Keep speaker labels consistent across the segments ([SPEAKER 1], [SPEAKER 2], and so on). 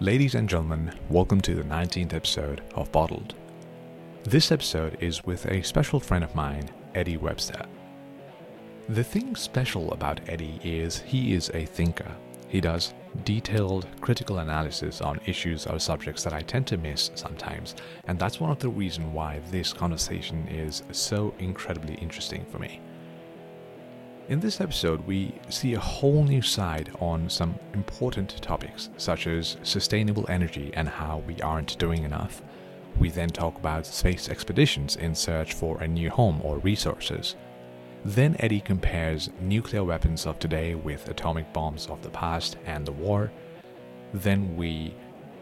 [SPEAKER 1] Ladies and gentlemen, welcome to the 19th episode of Bottled. This episode is with a special friend of mine, Eddie Webster. The thing special about Eddie is he is a thinker. He does detailed critical analysis on issues or subjects that I tend to miss sometimes, and that's one of the reasons why this conversation is so incredibly interesting for me. In this episode, we see a whole new side on some important topics, such as sustainable energy and how we aren't doing enough. We then talk about space expeditions in search for a new home or resources. Then Eddie compares nuclear weapons of today with atomic bombs of the past and the war. Then we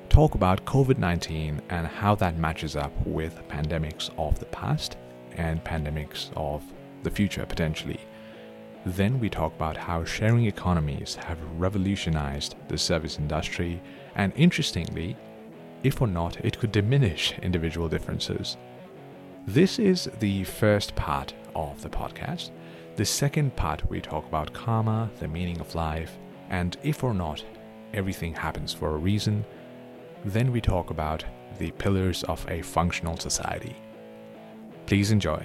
[SPEAKER 1] talk about COVID 19 and how that matches up with pandemics of the past and pandemics of the future potentially. Then we talk about how sharing economies have revolutionized the service industry, and interestingly, if or not, it could diminish individual differences. This is the first part of the podcast. The second part, we talk about karma, the meaning of life, and if or not, everything happens for a reason. Then we talk about the pillars of a functional society. Please enjoy.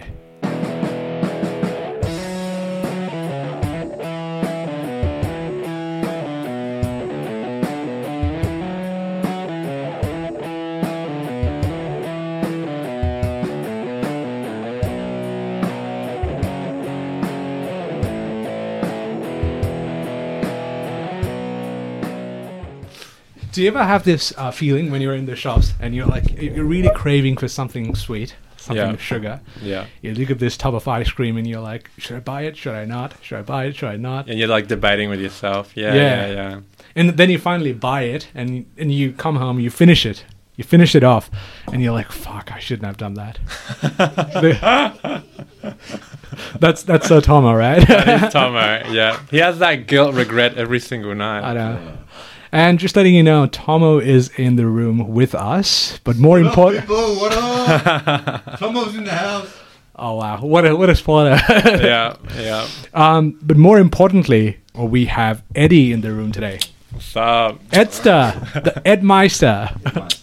[SPEAKER 2] Do you ever have this uh, feeling when you're in the shops and you're like you're really craving for something sweet, something
[SPEAKER 3] Yeah.
[SPEAKER 2] with sugar?
[SPEAKER 3] Yeah.
[SPEAKER 2] You look at this tub of ice cream and you're like, should I buy it? Should I not? Should I buy it? Should I not?
[SPEAKER 3] And you're like debating with yourself. Yeah.
[SPEAKER 2] Yeah.
[SPEAKER 3] Yeah. Yeah.
[SPEAKER 2] And then you finally buy it and and you come home, you finish it, you finish it off, and you're like, fuck, I shouldn't have done that. that's that's so Tomo, right?
[SPEAKER 3] That is Tomo. Yeah. He has that guilt regret every single night.
[SPEAKER 2] I know. And just letting you know, Tomo is in the room with us, but more
[SPEAKER 4] What up,
[SPEAKER 2] important.
[SPEAKER 4] people? What up? Someone's in the house.
[SPEAKER 2] Oh wow, what a what a spoiler!
[SPEAKER 3] yeah. Yeah.
[SPEAKER 2] Um, but more importantly, well, we have Eddie in the room today.
[SPEAKER 3] So
[SPEAKER 2] Edster, the Edmeister.
[SPEAKER 4] That's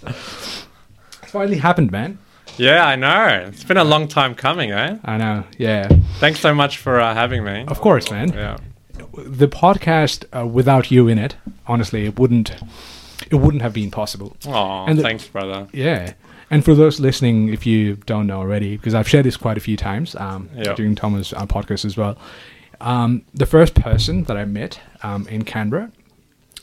[SPEAKER 2] Finally happened, man.
[SPEAKER 3] yeah, I know. It's been a long time coming, eh?
[SPEAKER 2] I know. Yeah,
[SPEAKER 3] Thanks so much for uh, having me.
[SPEAKER 2] of course, man.
[SPEAKER 3] Yeah.
[SPEAKER 2] The podcast uh, without you in it, honestly, it wouldn't, it wouldn't have been possible.
[SPEAKER 3] Oh,
[SPEAKER 2] And the-
[SPEAKER 3] thanks, brother.
[SPEAKER 2] Yeah. And for those listening, if you don't know already, because I've shared this quite a few times um,
[SPEAKER 3] Yeah.
[SPEAKER 2] during Thomas' uh, podcast as well, um, the first person that I met um, in Canberra,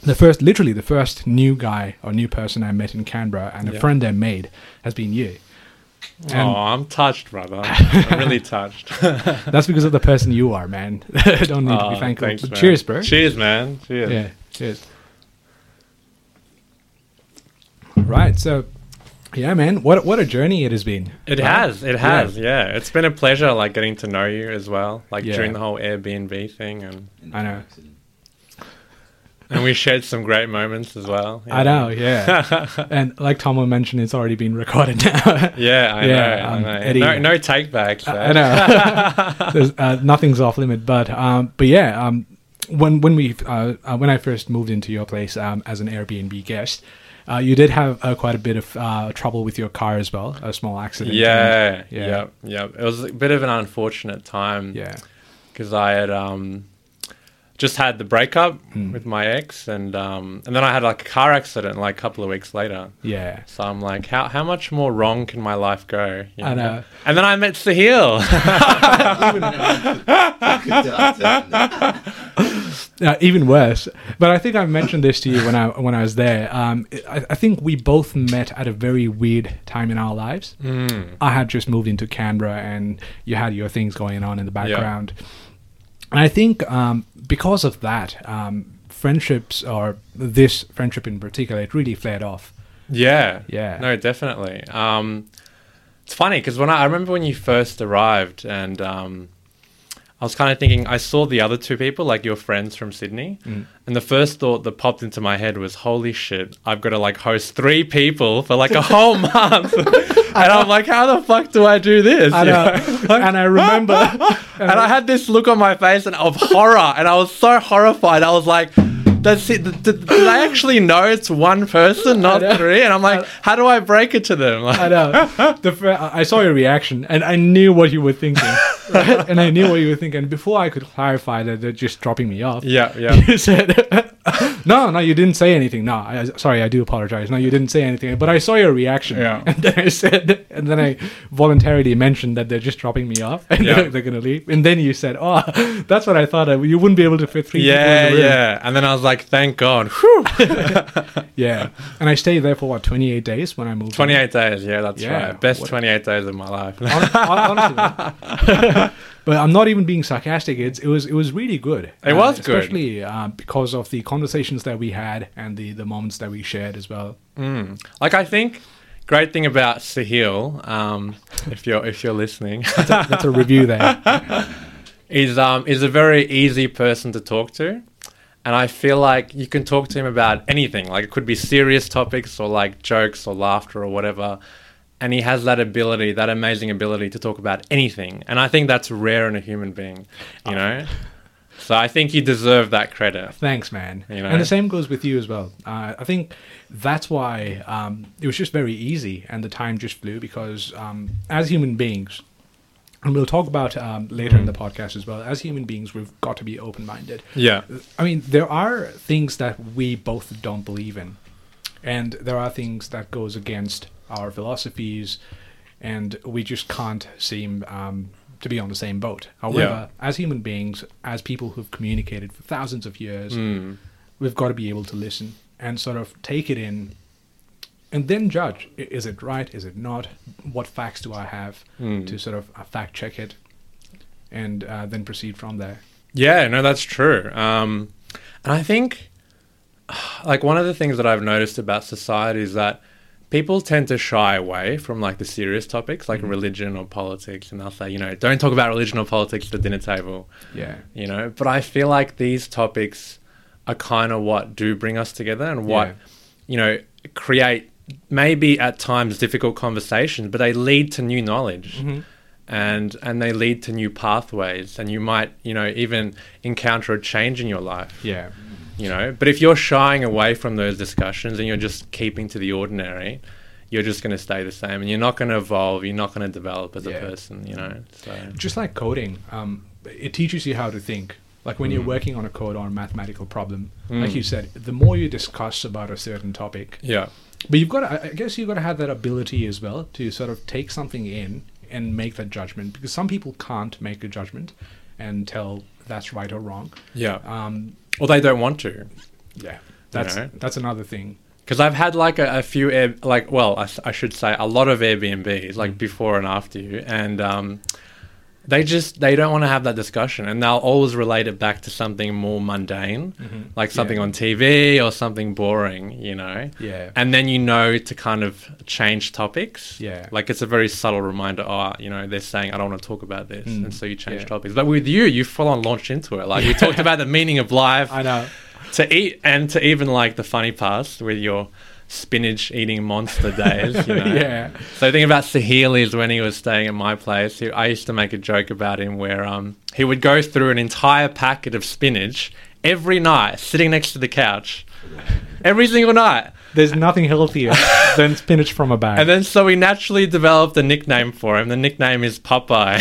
[SPEAKER 2] the first, literally the first new guy or new person I met in Canberra and a
[SPEAKER 3] Yeah.
[SPEAKER 2] friend I made has been you.
[SPEAKER 3] oh,
[SPEAKER 2] And
[SPEAKER 3] I'm touched, brother. I'm really touched.
[SPEAKER 2] that's because of the person you are, man. don't need to be
[SPEAKER 3] Oh,
[SPEAKER 2] thankful.
[SPEAKER 3] thanks,
[SPEAKER 2] But
[SPEAKER 3] man.
[SPEAKER 2] cheers, bro.
[SPEAKER 3] Cheers, man. Cheers.
[SPEAKER 2] Yeah, cheers. Right, so yeah, man, what what a journey it has been.
[SPEAKER 3] It
[SPEAKER 2] right?
[SPEAKER 3] has. It
[SPEAKER 2] Yeah.
[SPEAKER 3] has. Yeah. It's been a pleasure, like getting to know you as well, like
[SPEAKER 2] Yeah.
[SPEAKER 3] during the whole Airbnb thing, and
[SPEAKER 2] I know.
[SPEAKER 3] and we shared some great moments as well.
[SPEAKER 2] I know, yeah. and like Tomo mentioned, it's already been recorded now.
[SPEAKER 3] Yeah,
[SPEAKER 2] Yeah,
[SPEAKER 3] I know.
[SPEAKER 2] um,
[SPEAKER 3] I know.
[SPEAKER 2] Eddie-
[SPEAKER 3] no, no take backs.
[SPEAKER 2] I know. There's, uh, nothing's off limit, but um, but yeah, um, when when we uh, uh, when I first moved into your place um, as an Airbnb guest, uh, you did have uh, quite a bit of uh, trouble with your car as well, a small accident.
[SPEAKER 3] Yeah,
[SPEAKER 2] and- yeah,
[SPEAKER 3] yeah, yeah. It was a bit of an unfortunate time
[SPEAKER 2] yeah,
[SPEAKER 3] because I had um, just had the breakup
[SPEAKER 2] Hmm.
[SPEAKER 3] with my ex, and um, and then I had like a car accident like a couple of weeks later.
[SPEAKER 2] yeah.
[SPEAKER 3] So I'm like, how how much more wrong can my life go? You
[SPEAKER 2] I know.
[SPEAKER 3] And then I met Sahil.
[SPEAKER 2] Uh, even worse. But I think I mentioned this to you when I when I was there. Um, I, I think we both met at a very weird time in our lives. Mm. I had just moved into Canberra, and you had your things going on in the background. And I think um, because of that, um, friendships or this friendship in particular, it really flared off.
[SPEAKER 3] yeah,
[SPEAKER 2] Yeah.
[SPEAKER 3] No, definitely. Um, it's funny because when I, I remember when you first arrived, and um, I was kind of thinking, I saw the other two people, like your friends from Sydney,
[SPEAKER 2] Mm.
[SPEAKER 3] and the first thought that popped into my head was, "Holy shit, I've got to like host three people for like a whole month," and I'm like, "How the fuck do I do this?"
[SPEAKER 2] And,
[SPEAKER 3] You
[SPEAKER 2] uh,
[SPEAKER 3] know?
[SPEAKER 2] and I remember,
[SPEAKER 3] and I had this look on my face and of horror, and I was so horrified. I was like, That's it. Th- th- Do they actually know it's one person, not
[SPEAKER 2] know.
[SPEAKER 3] three? And I'm like, how do I break it to them? Like,
[SPEAKER 2] I know. uh, The fir- I I saw your reaction, and I knew what you were thinking, right? and I knew what you were thinking. Before I could clarify that they're just dropping me off.
[SPEAKER 3] yeah, yeah.
[SPEAKER 2] You said, "No, no, you didn't say anything." No, I, sorry, I do apologize. No, you didn't say anything, but I saw your reaction,
[SPEAKER 1] Yeah.
[SPEAKER 2] and then I said, and then I voluntarily mentioned that they're just dropping me off, and
[SPEAKER 3] Yeah.
[SPEAKER 2] they're, they're gonna leave. And then you said, "Oh, that's what I thought. I, you wouldn't be able to fit three
[SPEAKER 3] Yeah,
[SPEAKER 2] people in the room."
[SPEAKER 3] yeah. And then I was like, thank God. Whew.
[SPEAKER 2] Yeah, yeah. And I stayed there for what twenty eight days when I moved.
[SPEAKER 3] 28 days. Yeah, that's
[SPEAKER 2] Yeah,
[SPEAKER 3] right. Best
[SPEAKER 2] what-
[SPEAKER 3] 28 days of my life.
[SPEAKER 2] Hon- hon- honestly, man. but I'm not even being sarcastic. It's it was it was really good.
[SPEAKER 3] It was good.
[SPEAKER 2] especially uh, because of the conversations that we had and the the moments that we shared as well.
[SPEAKER 3] Mm. Like I think great thing about Sahil, um, if you're if you're listening,
[SPEAKER 2] That's a review there.
[SPEAKER 3] is um is a very easy person to talk to. And I feel like you can talk to him about anything. Like it could be serious topics or like jokes or laughter or whatever. And he has that ability, that amazing ability to talk about anything. And I think that's rare in a human being, you know? So I think you deserve that credit.
[SPEAKER 2] Thanks, man.
[SPEAKER 3] You know?
[SPEAKER 2] And the same goes with you as well. Uh, I think that's why um, it was just very easy, and the time just flew because um, as human beings, and we'll talk about um, later in the podcast as well. As human beings, we've got to be open-minded.
[SPEAKER 3] Yeah.
[SPEAKER 2] I mean, there are things that we both don't believe in, and there are things that goes against our philosophies, and we just can't seem um, to be on the same boat. However, as human beings, as people who've communicated for thousands of years,
[SPEAKER 3] Mm.
[SPEAKER 2] we've got to be able to listen and sort of take it in, and then judge: I- is it right? Is it not? What facts do I have
[SPEAKER 3] Mm.
[SPEAKER 2] to sort of uh, fact check it, and uh, then proceed from there?
[SPEAKER 3] Yeah, no, that's true. Um, and I think, like, one of the things that I've noticed about society is that people tend to shy away from like the serious topics, like religion or politics, and they'll say, you know, don't talk about religion or politics at the dinner table,
[SPEAKER 2] Yeah.
[SPEAKER 3] you know. But I feel like these topics are kind of what do bring us together and what,
[SPEAKER 2] Yeah.
[SPEAKER 3] you know, create maybe at times difficult conversations, but they lead to new knowledge
[SPEAKER 2] Mm-hmm.
[SPEAKER 3] and and they lead to new pathways and you might you know even encounter a change in your life
[SPEAKER 2] Yeah.
[SPEAKER 3] you know but if you're shying away from those discussions and you're just keeping to the ordinary you're just going to stay the same and you're not going to evolve you're not going to develop as
[SPEAKER 2] Yeah.
[SPEAKER 3] a person you know so
[SPEAKER 2] just like coding, um, it teaches you how to think. Like when you're working on a code or a mathematical problem, like you said, the more you discuss about a certain topic,
[SPEAKER 3] yeah
[SPEAKER 2] but you've got to, I- I guess you've got to have that ability as well to sort of take something in and make that judgment because some people can't make a judgment and tell that's right or wrong.
[SPEAKER 3] yeah
[SPEAKER 2] Um,
[SPEAKER 3] or they don't want to
[SPEAKER 2] yeah, that's
[SPEAKER 3] know.
[SPEAKER 2] that's another thing.
[SPEAKER 3] because I've had like a, a few air, like well I, s- I should say a lot of Airbnbs
[SPEAKER 2] Mm.
[SPEAKER 3] like before and after you and um, they just they don't want to have that discussion and they'll always relate it back to something more mundane like something
[SPEAKER 2] Mm-hmm. Yeah.
[SPEAKER 3] on TV or something boring you know
[SPEAKER 2] Yeah.
[SPEAKER 3] and then you know to kind of change topics
[SPEAKER 2] Yeah.
[SPEAKER 3] like it's a very subtle reminder oh you know they're saying I don't want to talk about this
[SPEAKER 2] Mm.
[SPEAKER 3] and so you change
[SPEAKER 2] Yeah.
[SPEAKER 3] topics but with you you full on launched into it like we talked about the meaning of life
[SPEAKER 2] I know.
[SPEAKER 3] to eat and to even like the funny past with your spinach eating monster days. You know?
[SPEAKER 2] Yeah.
[SPEAKER 3] So the thing about Sahil is when he was staying at my place, he, I used to make a joke about him where um he would go through an entire packet of spinach every night, sitting next to the couch, every single night.
[SPEAKER 2] There's nothing healthier than spinach from a bag.
[SPEAKER 3] And then so we naturally developed a nickname for him. The nickname is Popeye.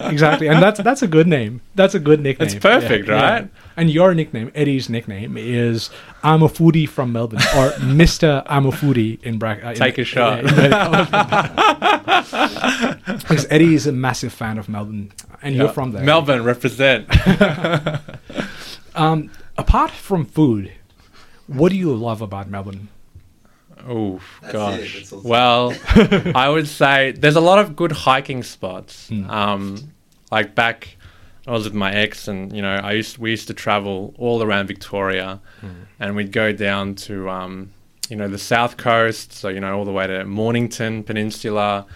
[SPEAKER 2] exactly, and that's that's a good name. That's a good nickname.
[SPEAKER 3] It's perfect, right?
[SPEAKER 2] And your nickname, Eddie's nickname, is "I'm a foodie from Melbourne" or "Mister I'm a foodie" in bracket. Uh, in-
[SPEAKER 3] Take a shot.
[SPEAKER 2] yeah, yeah. because Eddie is a massive fan of Melbourne, and you're from there.
[SPEAKER 3] Melbourne represent.
[SPEAKER 2] um, apart from food, what do you love about Melbourne?
[SPEAKER 3] Oh
[SPEAKER 4] That's it,
[SPEAKER 3] gosh.
[SPEAKER 4] that's all.
[SPEAKER 3] Well, I would say there's a lot of good hiking spots. Um, like back, I was with my ex, and you know, I used we used to travel all around Victoria, and we'd go down to um, you know the south coast, so you know all the way to Mornington Peninsula,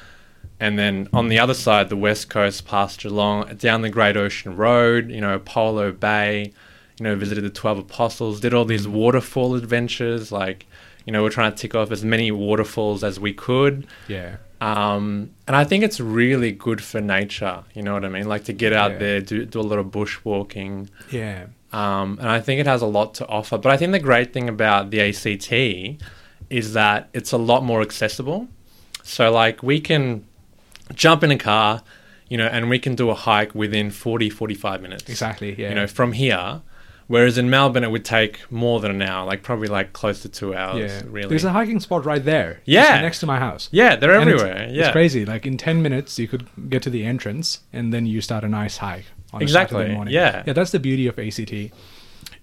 [SPEAKER 3] and then on the other side, the west coast, past Geelong, down the Great Ocean Road, you know Polo Bay, you know visited the Twelve Apostles, did all these waterfall adventures, like. You know, we're trying to tick off as many waterfalls as we could.
[SPEAKER 2] Yeah,
[SPEAKER 3] Um, and I think it's really good for nature. You know what I mean? Like to get out
[SPEAKER 2] Yeah.
[SPEAKER 3] there, do, do a lot of bushwalking.
[SPEAKER 2] yeah.
[SPEAKER 3] Um, and I think it has a lot to offer. But I think the great thing about the ACT is that it's a lot more accessible. So, like, we can jump in a car, you know, and we can do a hike within 40, 45 minutes.
[SPEAKER 2] Exactly. Yeah.
[SPEAKER 3] You know, from here. Whereas in Melbourne, it would take more than an hour, like probably like close to two hours,
[SPEAKER 2] yeah.
[SPEAKER 3] really.
[SPEAKER 2] There's a hiking spot right there. just
[SPEAKER 3] Yeah.
[SPEAKER 2] next to my house.
[SPEAKER 3] yeah, they're
[SPEAKER 2] And it's-
[SPEAKER 3] everywhere.
[SPEAKER 2] It's,
[SPEAKER 3] yeah.
[SPEAKER 2] crazy. Like in ten minutes, you could get to the entrance, and then you start a nice hike. On
[SPEAKER 3] Exactly,
[SPEAKER 2] A Saturday morning.
[SPEAKER 3] yeah.
[SPEAKER 2] Yeah. That's the beauty of ACT.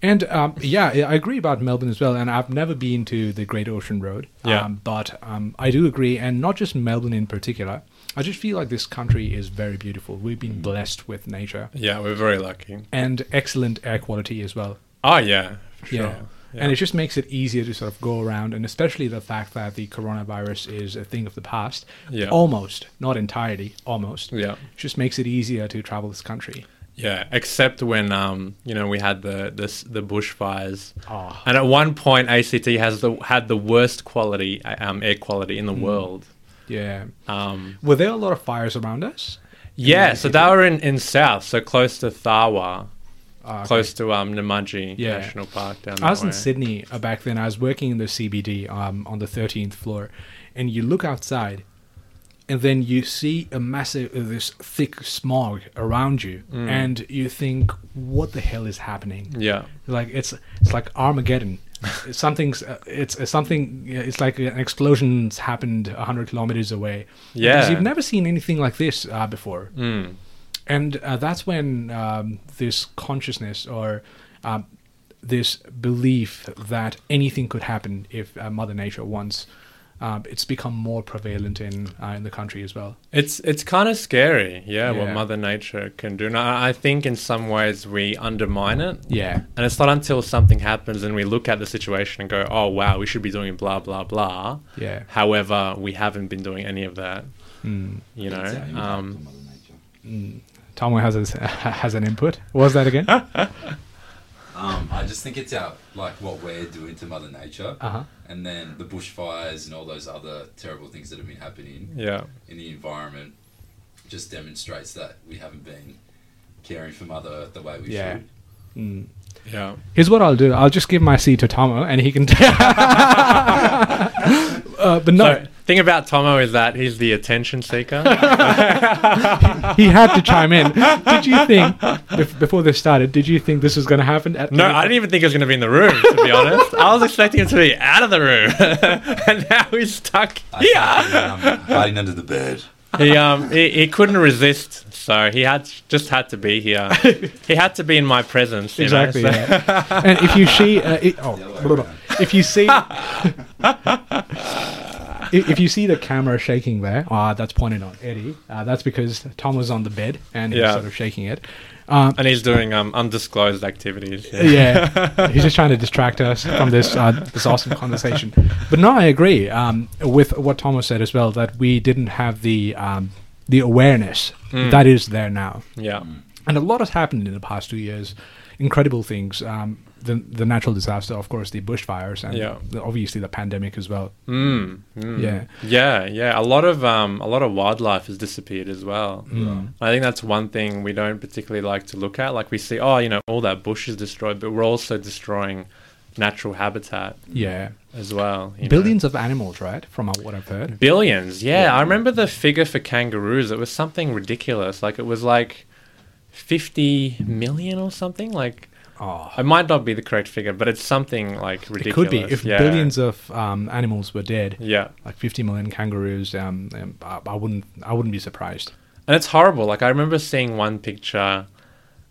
[SPEAKER 2] And um, yeah, I agree about Melbourne as well. And I've never been to the Great Ocean Road.
[SPEAKER 3] Yeah.
[SPEAKER 2] Um, but um, I do agree, and not just Melbourne in particular. I just feel like this country is very beautiful. We've
[SPEAKER 3] Mm.
[SPEAKER 2] been blessed with nature
[SPEAKER 3] Yeah, we're very lucky.
[SPEAKER 2] and excellent air quality as well.
[SPEAKER 3] Oh, yeah. for Sure.
[SPEAKER 2] Yeah. And it just makes it easier to sort of go around, and especially the fact that the coronavirus is a thing of the past.
[SPEAKER 3] Yeah.
[SPEAKER 2] Almost, not entirely, almost.
[SPEAKER 3] Yeah.
[SPEAKER 2] Just makes it easier to travel this country.
[SPEAKER 3] Yeah, except when um, you know we had the this, the bushfires,
[SPEAKER 2] Ah.
[SPEAKER 3] and at one point ACT has the had the worst quality uh, um, air quality in the
[SPEAKER 2] Hmm.
[SPEAKER 3] world.
[SPEAKER 2] Yeah.
[SPEAKER 3] Um,
[SPEAKER 2] Were there a lot of fires around us?
[SPEAKER 3] yeah, so they were in, in south, so close to Thawa,
[SPEAKER 2] Uh,
[SPEAKER 3] close to um, Namaji
[SPEAKER 2] Yeah.
[SPEAKER 3] National Park down there.
[SPEAKER 2] I was in Sydney uh, back then. I was working in the CBD um, on the 13th floor, and you look outside, and then you see a massive, uh, this thick smog around you,
[SPEAKER 3] Mm.
[SPEAKER 2] and you think, what the hell is happening?
[SPEAKER 3] Yeah,
[SPEAKER 2] like it's it's like Armageddon. It's something's uh, it's uh, something. It's like an explosion's happened hundred kilometers away.
[SPEAKER 3] Yeah.
[SPEAKER 2] Because you've never seen anything like this uh, before,
[SPEAKER 3] mm.
[SPEAKER 2] and uh, that's when um, this consciousness or um, this belief that anything could happen if uh, Mother Nature wants. Um, it's become more prevalent in uh, in the country as well.
[SPEAKER 3] it's it's kind of scary. Yeah,
[SPEAKER 2] Yeah.
[SPEAKER 3] what Mother Nature can do. And I, I think in some ways we undermine it.
[SPEAKER 2] Yeah,
[SPEAKER 3] And it's not until something happens and we look at the situation and go, oh, wow, we should be doing blah, blah, blah.
[SPEAKER 2] yeah,
[SPEAKER 3] However, we haven't been doing any of that,
[SPEAKER 2] mm.
[SPEAKER 3] you know.
[SPEAKER 4] Exactly.
[SPEAKER 3] Um,
[SPEAKER 4] Mother Nature.
[SPEAKER 2] Tom has his, has an input. What was that again? uh
[SPEAKER 4] Um, I just think it's our like what we're doing to Mother Nature,
[SPEAKER 2] huh.
[SPEAKER 4] and then the bushfires and all those other terrible things that have been happening
[SPEAKER 3] yeah,
[SPEAKER 4] in the environment just demonstrates that we haven't been caring for Mother Earth the way we
[SPEAKER 2] Yeah.
[SPEAKER 4] should.
[SPEAKER 2] Mm.
[SPEAKER 3] yeah.
[SPEAKER 2] Here's what I'll do. I'll just give my seat to Tomo, and he can. uh, but no,
[SPEAKER 3] So, thing about Tomo is that he's the attention seeker.
[SPEAKER 2] he had to chime in. Did you think bef- before this started? Did you think this was going to happen? At
[SPEAKER 3] no, I didn't even think he was going to be in the room, to be honest. I was expecting him to be out of the room, and now he's stuck here.
[SPEAKER 4] I'm um, hiding under the bed.
[SPEAKER 3] He um he, he couldn't resist, so he had just had to be here. He had to be in my presence. you know,
[SPEAKER 2] exactly.
[SPEAKER 3] so-
[SPEAKER 2] yeah. and if you see, uh, it, oh,
[SPEAKER 4] Yeah,
[SPEAKER 2] blah, blah. if you see, i- if you see the camera shaking there, ah, that's pointed on Eddie. Uh, that's because Tom was on the bed and he was
[SPEAKER 3] Yeah.
[SPEAKER 2] sort of shaking it. Um,
[SPEAKER 3] And he's doing um undisclosed activities.
[SPEAKER 2] yeah, he's just trying to distract us from this uh, this awesome conversation. But no, I agree um, with what Thomas said as well that we didn't have the um, the awareness
[SPEAKER 3] Mm.
[SPEAKER 2] that is there now,
[SPEAKER 3] Yeah.
[SPEAKER 2] and a lot has happened in the past two years. Incredible things. Um, the, the natural disaster, of course, the bushfires, and
[SPEAKER 3] Yeah.
[SPEAKER 2] the, obviously the pandemic as well.
[SPEAKER 3] Mm, mm.
[SPEAKER 2] Yeah.
[SPEAKER 3] Yeah, yeah. A lot of um, a lot of wildlife has disappeared as well.
[SPEAKER 2] Mm.
[SPEAKER 3] I think that's one thing we don't particularly like to look at. Like we see, oh, you know, all that bush is destroyed, but we're also destroying natural habitat
[SPEAKER 2] Yeah,
[SPEAKER 3] as well. you know.
[SPEAKER 2] billions of animals, right? From what I've heard.
[SPEAKER 3] Billions. Yeah, I remember the figure for kangaroos. It was something ridiculous. Like it was like fifty million or something. Like
[SPEAKER 2] Oh,
[SPEAKER 3] it might not be the correct figure, but it's something like ridiculous.
[SPEAKER 2] it could be if
[SPEAKER 3] yeah.
[SPEAKER 2] billions of um, animals were dead.
[SPEAKER 3] Yeah.
[SPEAKER 2] like 50 million kangaroos. Um, um, I, I wouldn't, I wouldn't be surprised.
[SPEAKER 3] And it's horrible. Like I remember seeing one picture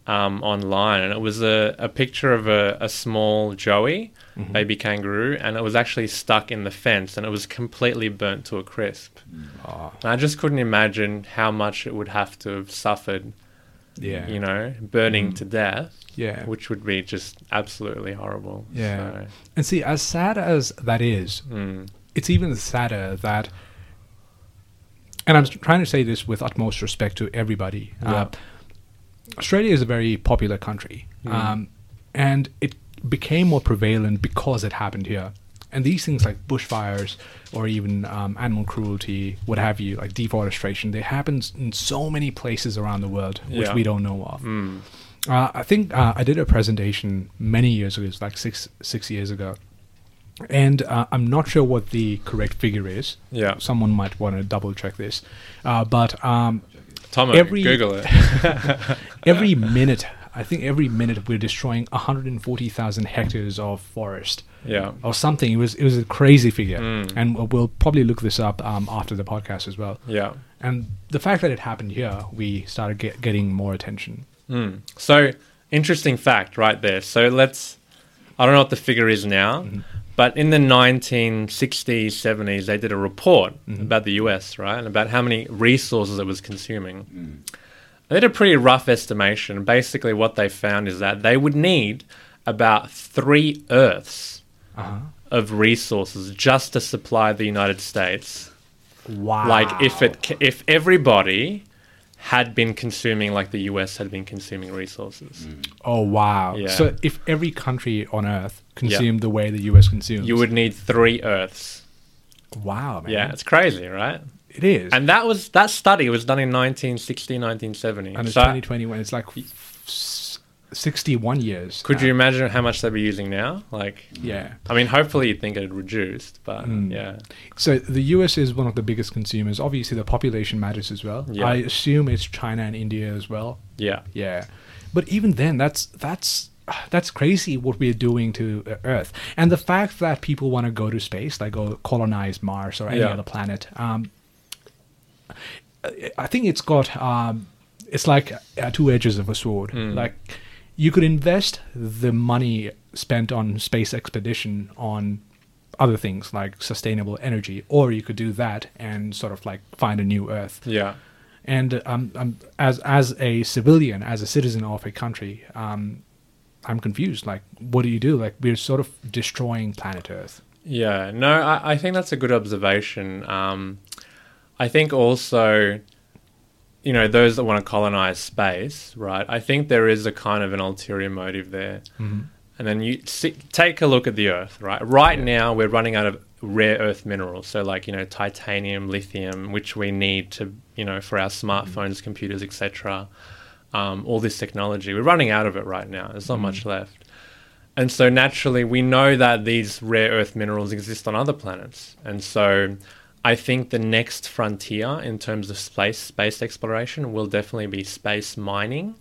[SPEAKER 3] um, online, and it was a, a picture of a, a small joey,
[SPEAKER 2] Mm-hmm.
[SPEAKER 3] baby kangaroo, and it was actually stuck in the fence, and it was completely burnt to a crisp.
[SPEAKER 2] Oh,
[SPEAKER 3] And I just couldn't imagine how much it would have to have suffered,
[SPEAKER 2] yeah, Mm.
[SPEAKER 3] you know, burning to death,
[SPEAKER 2] yeah,
[SPEAKER 3] which would be just absolutely horrible.
[SPEAKER 2] yeah.
[SPEAKER 3] So,
[SPEAKER 2] And see, as sad as that is,
[SPEAKER 3] mm,
[SPEAKER 2] it's even sadder that. And I'm trying to say this with utmost respect to everybody. Uh, Australia is a very popular country, um, and it became more prevalent because it happened here. And these things like bushfires or even um, animal cruelty, what have you, like deforestation, they happen in so many places around the world, which
[SPEAKER 3] Yeah.
[SPEAKER 2] we don't know of. Uh, I think uh, I did a presentation many years ago, it's like six six years ago, and uh, I'm not sure what the correct figure is.
[SPEAKER 3] Yeah.
[SPEAKER 2] someone might want to double check this, uh, but um,
[SPEAKER 3] Tomo,
[SPEAKER 2] Every-
[SPEAKER 3] Google it.
[SPEAKER 2] every minute, I think every minute we're destroying 140,000 hectares of forest.
[SPEAKER 3] Yeah. Mm.
[SPEAKER 2] or something. It was it was a crazy figure, and we'll, we'll probably look this up um, after the podcast as well.
[SPEAKER 3] Yeah.
[SPEAKER 2] And the fact that it happened here, we started get, getting more attention.
[SPEAKER 3] So interesting fact right there. So let's I don't know what the figure is now, but in the 1960s, 70s, they did a report about the US, right? And about how many resources it was consuming. They did a pretty rough estimation. Basically, what they found is that they would need about three Earths of resources just to supply the United States.
[SPEAKER 2] Wow!
[SPEAKER 3] Like if it ca- if everybody had been consuming like the US had been consuming resources.
[SPEAKER 2] oh wow!
[SPEAKER 3] Yeah.
[SPEAKER 2] So if every country on Earth consumed the way the U.S. consumes,
[SPEAKER 3] You would need three Earths.
[SPEAKER 2] wow, man.
[SPEAKER 3] Yeah, it's crazy, right?
[SPEAKER 2] it is. And,
[SPEAKER 3] And that was that study was done in 1960, 1970.
[SPEAKER 2] it's
[SPEAKER 3] So
[SPEAKER 2] 2020 when it's like f- s- 61 years.
[SPEAKER 3] could
[SPEAKER 2] now.
[SPEAKER 3] you imagine how much they'd be using now? Like,
[SPEAKER 2] Yeah.
[SPEAKER 3] I mean, hopefully you'd think it had reduced, but yeah,
[SPEAKER 2] So the U.S. is one of the biggest consumers. Obviously, the population matters as well.
[SPEAKER 3] Yeah.
[SPEAKER 2] I assume it's China and India as well.
[SPEAKER 3] yeah,
[SPEAKER 2] Yeah, but even then, that's that's that's crazy what we're doing to uh, Earth, and the fact that people want to go to space, like go colonize Mars or any
[SPEAKER 3] Yeah.
[SPEAKER 2] other planet. Um, I- I think it's got um, it's like uh, two edges of a sword. Like you could invest the money spent on space expedition on other things like sustainable energy, or you could do that and sort of like find a new Earth
[SPEAKER 3] yeah,
[SPEAKER 2] and um, I'm, as as a civilian, as a citizen of a country, um, I'm confused. Like, what do you do? Like, we're sort of destroying planet Earth.
[SPEAKER 3] yeah. No, I, I think that's a good observation. Um, I think also, you know, those that want to colonize space, right? I think there is a kind of an ulterior motive there. And then you see, take a look at the Earth, right? Right now, we're running out of rare earth minerals. So, like, you know, titanium, lithium, which we need to, you know, for our smartphones, computers, etc. Um, all this technology, we're running out of it right now. There's not much left. And so, naturally, we know that these rare earth minerals exist on other planets. And so, I think the next frontier in terms of space space exploration will definitely be space mining,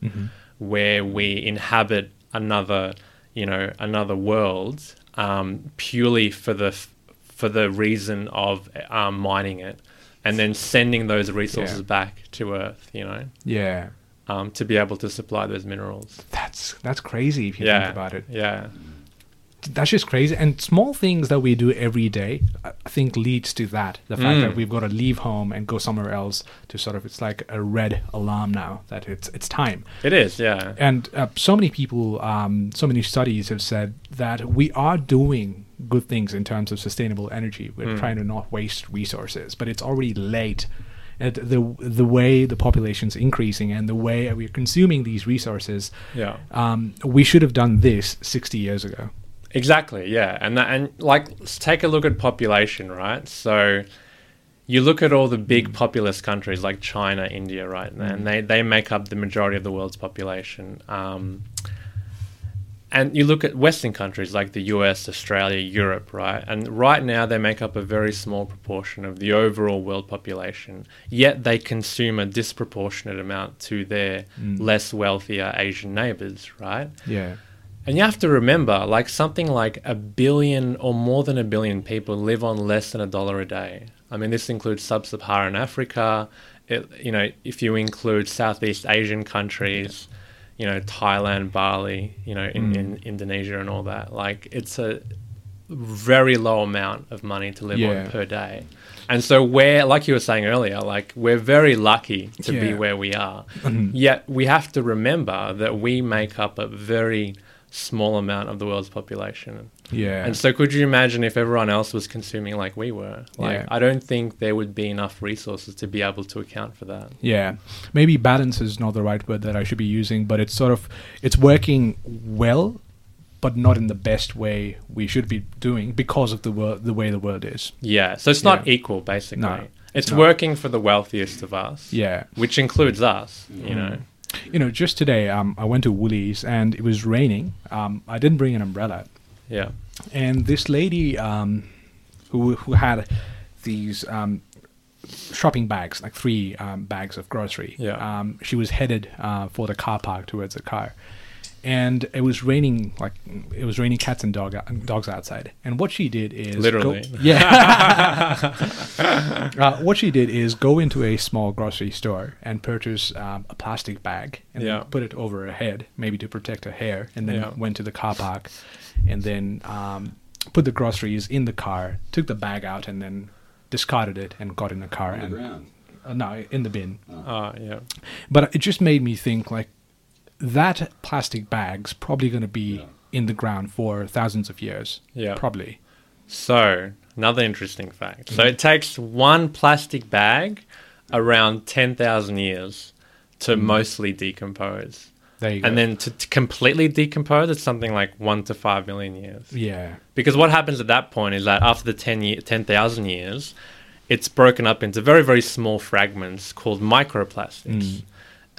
[SPEAKER 3] where we inhabit another, you know, another world um, purely for the f- for the reason of um, mining it, and then sending those resources
[SPEAKER 2] Yeah.
[SPEAKER 3] back to Earth, you know,
[SPEAKER 2] Yeah,
[SPEAKER 3] um, to be able to supply those minerals.
[SPEAKER 2] that's that's crazy if you
[SPEAKER 3] yeah,
[SPEAKER 2] think about it.
[SPEAKER 3] Yeah,
[SPEAKER 2] That's just crazy. And small things that we do every day, I I think, leads to that. The fact that we've got to leave home and go somewhere else to sort of it's like a red alarm now that it's it's time.
[SPEAKER 3] it is. Yeah,
[SPEAKER 2] and uh, so many people, um, so many studies have said that we are doing good things in terms of sustainable energy. We're
[SPEAKER 3] Hmm.
[SPEAKER 2] trying to not waste resources, but it's already late. And the the way the population's increasing and the way we're consuming these resources,
[SPEAKER 3] yeah.
[SPEAKER 2] um, we should have done this 60 years ago.
[SPEAKER 3] Exactly, yeah, and that, and like s- take a look at population, right? So you look at all the big populous countries like China, India, right, and they they make up the majority of the world's population. Um, and you look at Western countries like the US, Australia, Europe, right? And right now they make up a very small proportion of the overall world population, yet they consume a disproportionate amount to their less wealthier Asian neighbors, right?
[SPEAKER 2] Yeah,
[SPEAKER 3] And you have to remember, like something like a billion or more than a billion people live on less than a dollar a day. I mean, this includes sub-Saharan Africa. It, you know, if you include Southeast Asian countries, you know, Thailand, Bali, you know, in,
[SPEAKER 2] Mm.
[SPEAKER 3] in Indonesia and all that. Like, it's a very low amount of money to live
[SPEAKER 2] Yeah.
[SPEAKER 3] on per day. And so we're like you were saying earlier, like we're very lucky to be
[SPEAKER 2] Yeah.
[SPEAKER 3] where we are.
[SPEAKER 2] Mm-hmm.
[SPEAKER 3] Yet we have to remember that we make up a very small amount of the world's population.
[SPEAKER 2] yeah,
[SPEAKER 3] And so could you imagine if everyone else was consuming like we were? Like
[SPEAKER 2] Yeah.
[SPEAKER 3] I don't think there would be enough resources to be able to account for that.
[SPEAKER 2] yeah. Maybe balance is not the right word that I should be using, but it's sort of it's working well, but not in the best way we should be doing because of the world, the way the world is.
[SPEAKER 3] Yeah. So it's not
[SPEAKER 2] Yeah.
[SPEAKER 3] equal basically.
[SPEAKER 2] No,
[SPEAKER 3] it's
[SPEAKER 2] not.
[SPEAKER 3] working for the wealthiest of us.
[SPEAKER 2] Yeah. Mm-hmm.
[SPEAKER 3] Which includes us, you know.
[SPEAKER 2] You know, just today um, I went to Woolies and it was raining. Um, I didn't bring an umbrella,
[SPEAKER 3] Yeah.
[SPEAKER 2] and this lady um, who who had these um, shopping bags, like three um, bags of grocery.
[SPEAKER 3] Yeah.
[SPEAKER 2] Um, she was headed uh, for the car park towards the car, and it was raining. Like it was raining cats and dog dogs outside. And what she did is go-
[SPEAKER 3] Literally.
[SPEAKER 2] yeah. uh, what she did is go into a small grocery store and purchase um, a plastic bag and then
[SPEAKER 3] Yeah.
[SPEAKER 2] put it over her head, maybe to protect her hair, and then
[SPEAKER 3] Yeah.
[SPEAKER 2] went to the car park and then um, put the groceries in the car, took the bag out, and then discarded it and got in the car
[SPEAKER 4] on the Oh.
[SPEAKER 2] and
[SPEAKER 4] ground.
[SPEAKER 2] uh, no in the bin.
[SPEAKER 3] Uh, yeah.
[SPEAKER 2] But it just made me think like that plastic bag's probably going to be
[SPEAKER 4] Yeah.
[SPEAKER 2] in the ground for thousands of years.
[SPEAKER 3] Yeah.
[SPEAKER 2] probably.
[SPEAKER 3] So, another interesting fact. So, it takes one plastic bag around 10,000 years to mostly decompose.
[SPEAKER 2] There you go.
[SPEAKER 3] And then to, to completely decompose, it's something like one to five million years.
[SPEAKER 2] yeah,
[SPEAKER 3] Because what happens at that point is that after the 10 year, 10,000 years, it's broken up into very, very small fragments called microplastics.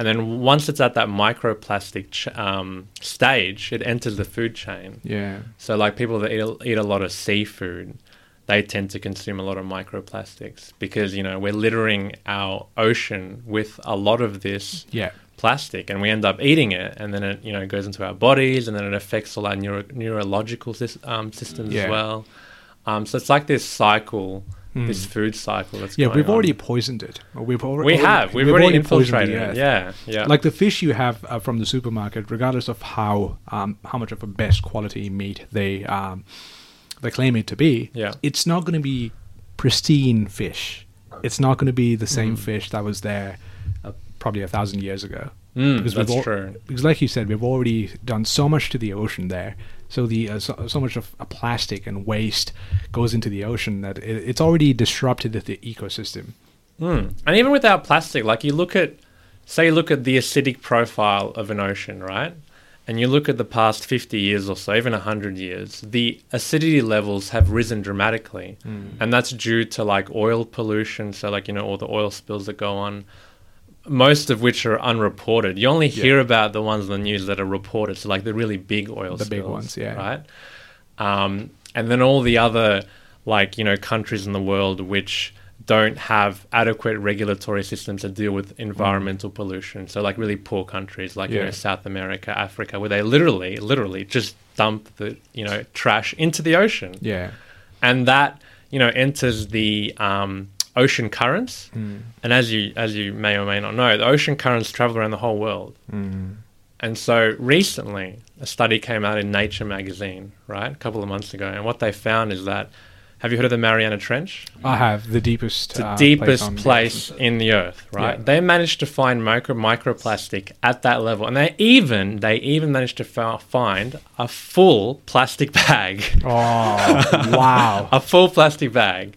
[SPEAKER 3] And then once it's at that microplastic ch- um, stage, it enters the food chain.
[SPEAKER 2] yeah.
[SPEAKER 3] So, like people that eat a, eat a lot of seafood, they tend to consume a lot of microplastics because, you know, we're littering our ocean with a lot of this
[SPEAKER 2] Yeah.
[SPEAKER 3] plastic and we end up eating it and then it, you know, goes into our bodies and then it affects all our neuro- neurological sys- um, systems
[SPEAKER 2] Yeah.
[SPEAKER 3] as well. Um, so, it's like this cycle, this food cycle that's
[SPEAKER 2] Hmm. Yeah,
[SPEAKER 3] going
[SPEAKER 2] we've
[SPEAKER 3] on.
[SPEAKER 2] already poisoned it. We've already
[SPEAKER 3] We have. We've, already, infiltrated
[SPEAKER 2] poisoned
[SPEAKER 3] it.
[SPEAKER 2] the earth.
[SPEAKER 3] Yeah. Yeah.
[SPEAKER 2] Like the fish you have uh, from the supermarket, regardless of how um, how much of a best quality meat they um, they claim it to be,
[SPEAKER 3] Yeah.
[SPEAKER 2] it's not going to be pristine fish. It's not going to be the same fish that was there uh, probably a thousand years ago.
[SPEAKER 3] Mm,
[SPEAKER 2] we've
[SPEAKER 3] that's
[SPEAKER 2] al-
[SPEAKER 3] true.
[SPEAKER 2] Because, like you said, we've already done so much to the ocean there. So the uh, so, so much of uh, plastic and waste goes into the ocean that it, it's already disrupted the, the ecosystem.
[SPEAKER 3] Mm. And even without plastic, like you look at, say, you look at the acidic profile of an ocean, right? And you look at the past 50 years or so, even 100 years, the acidity levels have risen dramatically.
[SPEAKER 2] Hmm.
[SPEAKER 3] And that's due to like oil pollution. So, like, you know, all the oil spills that go on, most of which are unreported. You only hear about the ones in the news that are reported. So, like the really big oil
[SPEAKER 2] The
[SPEAKER 3] spills.
[SPEAKER 2] big ones, yeah.
[SPEAKER 3] Right? um, and then all the other like you know countries in the world which don't have adequate regulatory systems to deal with environmental pollution so like really poor countries like you
[SPEAKER 2] Yeah.
[SPEAKER 3] know south america africa where they literally literally just dump the you know trash into the ocean
[SPEAKER 2] Yeah.
[SPEAKER 3] and that you know enters the um, ocean currents.
[SPEAKER 2] Hmm.
[SPEAKER 3] And as you as you may or may not know, the ocean currents travel around the whole world.
[SPEAKER 2] Hmm.
[SPEAKER 3] And so recently, a study came out in Nature magazine, right, a couple of months ago, and what they found is that have you heard of the Mariana Trench?
[SPEAKER 2] I have the deepest,
[SPEAKER 3] the
[SPEAKER 2] uh,
[SPEAKER 3] deepest
[SPEAKER 2] on the earth.
[SPEAKER 3] place in the earth, right?
[SPEAKER 2] Yeah.
[SPEAKER 3] They managed to find micro microplastic at that level, and they even they even managed to fa- find a full plastic bag.
[SPEAKER 2] Oh wow!
[SPEAKER 3] a full plastic bag.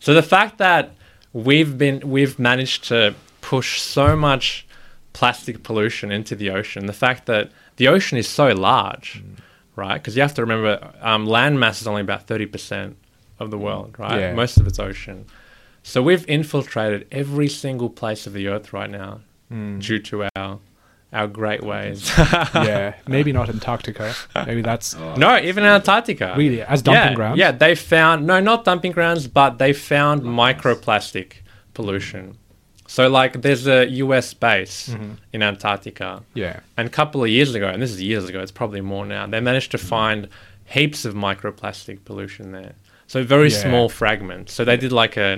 [SPEAKER 3] So the fact that we've been we've managed to push so much plastic pollution into the ocean, the fact that the ocean is so
[SPEAKER 2] Mm.
[SPEAKER 3] large, right? Because you have to remember, um, land mass is only about thirty percent of the world, right?
[SPEAKER 2] Mm. Yeah.
[SPEAKER 3] Most of it's ocean. So we've infiltrated every single place of the earth right now
[SPEAKER 2] Mm.
[SPEAKER 3] due to our our great ways.
[SPEAKER 2] yeah, maybe not Antarctica. Maybe that's
[SPEAKER 3] No, even in Antarctica.
[SPEAKER 2] Really? As dumping
[SPEAKER 3] yeah,
[SPEAKER 2] grounds?
[SPEAKER 3] Yeah, they found no, not dumping grounds, but they found microplastic pollution. So like, there's a U.S. base
[SPEAKER 2] Mm-hmm.
[SPEAKER 3] in Antarctica,
[SPEAKER 2] yeah,
[SPEAKER 3] and a couple of years ago, and this is years ago, it's probably more now. They managed to find heaps of microplastic pollution there. So very
[SPEAKER 2] Yeah.
[SPEAKER 3] small fragments. So they did like a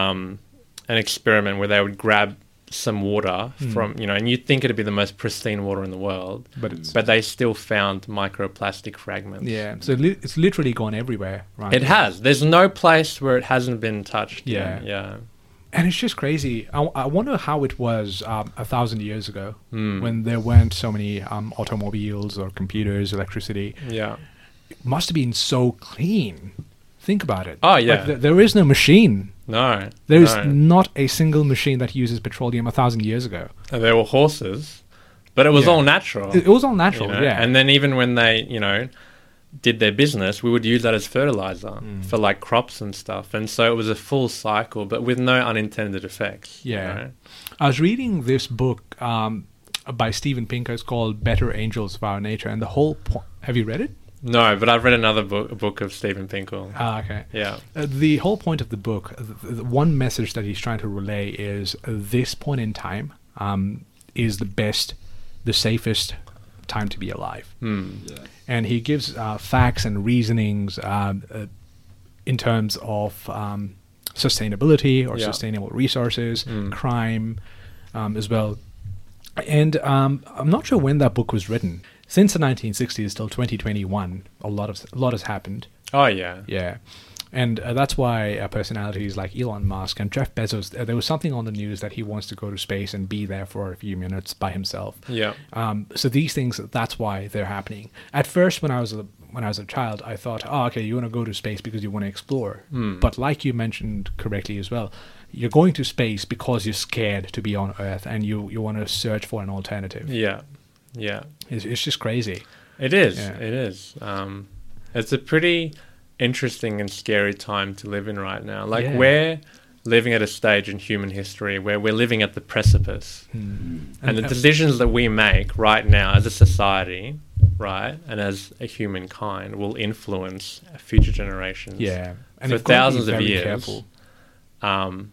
[SPEAKER 3] um, an experiment where they would grab some water from you know, and you'd think it'd be the most pristine water in the world,
[SPEAKER 2] Hmm. but it's
[SPEAKER 3] but they still found microplastic fragments.
[SPEAKER 2] yeah. So li- it's literally gone everywhere, right?
[SPEAKER 3] It has. There's no place where it hasn't been touched.
[SPEAKER 2] Yeah.
[SPEAKER 3] Yeah.
[SPEAKER 2] and it's just crazy. I, I wonder how it was um, a thousand years ago
[SPEAKER 3] Hmm.
[SPEAKER 2] when there weren't so many um, automobiles or computers, electricity.
[SPEAKER 3] Yeah.
[SPEAKER 2] It must have been so clean. Think about it.
[SPEAKER 3] Oh,
[SPEAKER 2] Like,
[SPEAKER 3] yeah.
[SPEAKER 2] th- there is no machine.
[SPEAKER 3] No.
[SPEAKER 2] There is
[SPEAKER 3] no.
[SPEAKER 2] not a single machine that uses petroleum a thousand years ago.
[SPEAKER 3] And there were horses, but it was
[SPEAKER 2] Yeah.
[SPEAKER 3] all natural.
[SPEAKER 2] It, it was all
[SPEAKER 3] Oh. you
[SPEAKER 2] natural,
[SPEAKER 3] know?
[SPEAKER 2] yeah.
[SPEAKER 3] And then even when they, you know, did their business, we would use that as fertilizer
[SPEAKER 2] Hmm.
[SPEAKER 3] for like crops and stuff. And so it was a full cycle, but with no unintended effects. you
[SPEAKER 2] Yeah.
[SPEAKER 3] know?
[SPEAKER 2] I was reading this book um, by Steven Pinker. It's called Better Angels of Our Nature. And the whole point. Have you read it?
[SPEAKER 3] No, but I've read another book, book of Stephen Pinkel.
[SPEAKER 2] Ah, okay.
[SPEAKER 3] Yeah.
[SPEAKER 2] Uh, the whole point of the book, the, the one message that he's trying to relay is uh, this point in time um, is the best, the safest time to be alive.
[SPEAKER 4] Yeah.
[SPEAKER 2] And he gives uh, facts and reasonings uh, uh, in terms of um, sustainability or
[SPEAKER 3] Yeah.
[SPEAKER 2] sustainable resources, crime um, as well. And um, I'm not sure when that book was written. Since the 1960s till 2021, a lot of a lot has happened.
[SPEAKER 3] Oh, yeah.
[SPEAKER 2] Yeah. And uh, that's why uh, personalities like Elon Musk and Jeff Bezos, uh, there was something on the news that he wants to go to space and be there for a few minutes by himself.
[SPEAKER 3] Yeah.
[SPEAKER 2] Um, so these things, that's why they're happening. At first, when I was a, when I was a child, I thought, oh, okay, you want to go to space because you want to explore.
[SPEAKER 3] Hmm.
[SPEAKER 2] But like you mentioned correctly as well, you're going to space because you're scared to be on Earth and you, you want to search for an alternative.
[SPEAKER 3] Yeah. Yeah.
[SPEAKER 2] It's, it's just crazy.
[SPEAKER 3] It is.
[SPEAKER 2] Yeah.
[SPEAKER 3] It is. Um, it's a pretty interesting and scary time to live in right now. Like
[SPEAKER 2] Yeah.
[SPEAKER 3] we're living at a stage in human history where we're living at the precipice, and, the
[SPEAKER 2] Hmm. And- uh,
[SPEAKER 3] decisions that we make right now as a society, right, and as a humankind, will influence future generations.
[SPEAKER 2] Yeah. you've got to
[SPEAKER 3] for
[SPEAKER 2] be
[SPEAKER 3] thousands of
[SPEAKER 2] very
[SPEAKER 3] years. Um,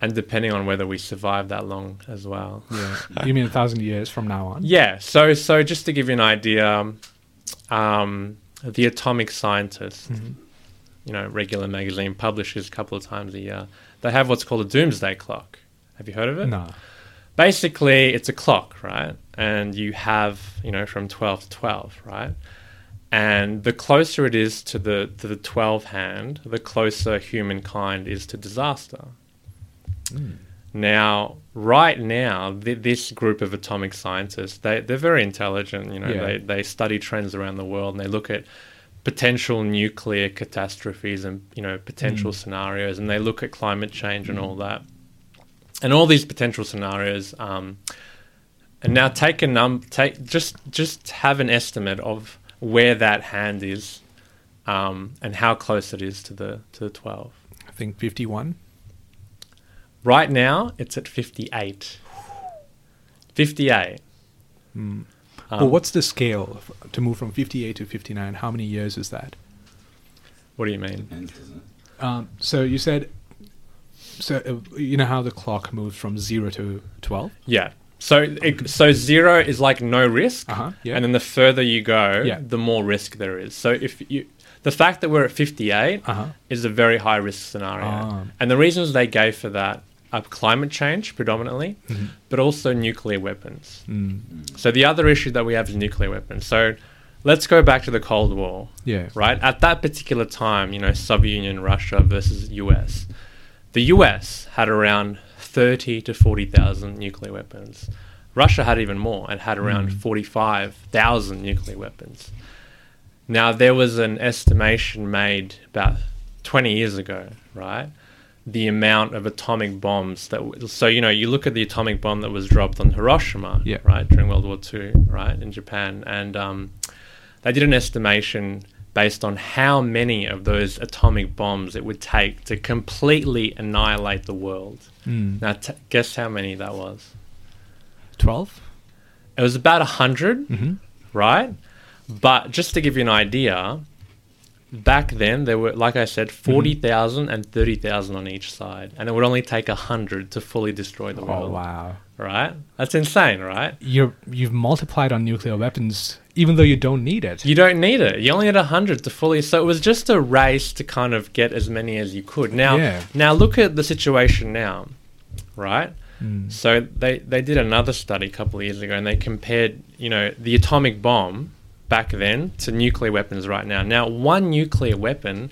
[SPEAKER 3] and depending on whether we survive that long as well.
[SPEAKER 2] Yeah. you mean a thousand years from now on?
[SPEAKER 3] Yeah. So, so just to give you an idea, um, the Atomic Scientist, you know, regular magazine publishes a couple of times a year. They have what's called a doomsday clock. Have you heard of it?
[SPEAKER 2] No.
[SPEAKER 3] basically it's a clock, right? And you have, you know, from 12 to 12, right? And the closer it is to the to the 12 hand, the closer humankind is to disaster. Now, right now, th- this group of atomic scientists, they, they're very intelligent, you know,
[SPEAKER 2] Yeah.
[SPEAKER 3] they, they study trends around the world and they look at potential nuclear catastrophes and, you know, potential scenarios and they look at climate change and all that and all these potential scenarios. Um, and now take a num take just just have an estimate of where that hand is, um, and how close it is to the to the twelve.
[SPEAKER 2] I think 51.
[SPEAKER 3] Right now, it's at fifty eight. Fifty eight. Um.
[SPEAKER 2] well, what's the scale f- to move from 58 to 59? How many years is that?
[SPEAKER 3] What do you mean?
[SPEAKER 4] Depends, doesn't it?
[SPEAKER 2] Um, so you said, so uh, you know how the clock moves from 0 to 12?
[SPEAKER 3] Yeah. So it, so zero is like no risk,
[SPEAKER 2] Uh-huh, yeah.
[SPEAKER 3] and then the further you go,
[SPEAKER 2] Yeah.
[SPEAKER 3] the more risk there is. So if you the fact that we're at 58
[SPEAKER 2] Uh-huh.
[SPEAKER 3] is a very high risk scenario,
[SPEAKER 2] Ah.
[SPEAKER 3] and the reasons they gave for that are climate change predominantly, but also nuclear weapons. So the other issue that we have is nuclear weapons. So let's go back to the Cold War
[SPEAKER 2] Yeah.
[SPEAKER 3] right? At that particular time, you know, Soviet Russia versus US, the US had around 30 to 40,000 nuclear weapons. Russia had even more and had around 45,000 nuclear weapons. Now, there was an estimation made about 20 years ago, right? The amount of atomic bombs that. W- so, you know, you look at the atomic bomb that was dropped on Hiroshima,
[SPEAKER 2] Yeah.
[SPEAKER 3] right, during World War II, right, in Japan. And um, they did an estimation based on how many of those atomic bombs it would take to completely annihilate the world.
[SPEAKER 2] Mm.
[SPEAKER 3] Now, t- guess how many that was?
[SPEAKER 2] 12?
[SPEAKER 3] It was about 100,
[SPEAKER 2] Mm-hmm.
[SPEAKER 3] right? But just to give you an idea, back then there were, like I said,
[SPEAKER 2] Mm-hmm.
[SPEAKER 3] 40,000 and 30,000 on each side. And it would only take 100 to fully destroy the
[SPEAKER 2] Oh,
[SPEAKER 3] world,
[SPEAKER 2] wow.
[SPEAKER 3] right? That's insane, right?
[SPEAKER 2] You're, you've multiplied on nuclear weapons, even though you don't need it.
[SPEAKER 3] You don't need it. You only had 100 to fully. So it was just a race to kind of get as many as you could. Now,
[SPEAKER 2] Yeah.
[SPEAKER 3] now look at the situation now, right? So they, they did another study a couple of years ago and they compared, you know, the atomic bomb back then to nuclear weapons right now. Now, one nuclear weapon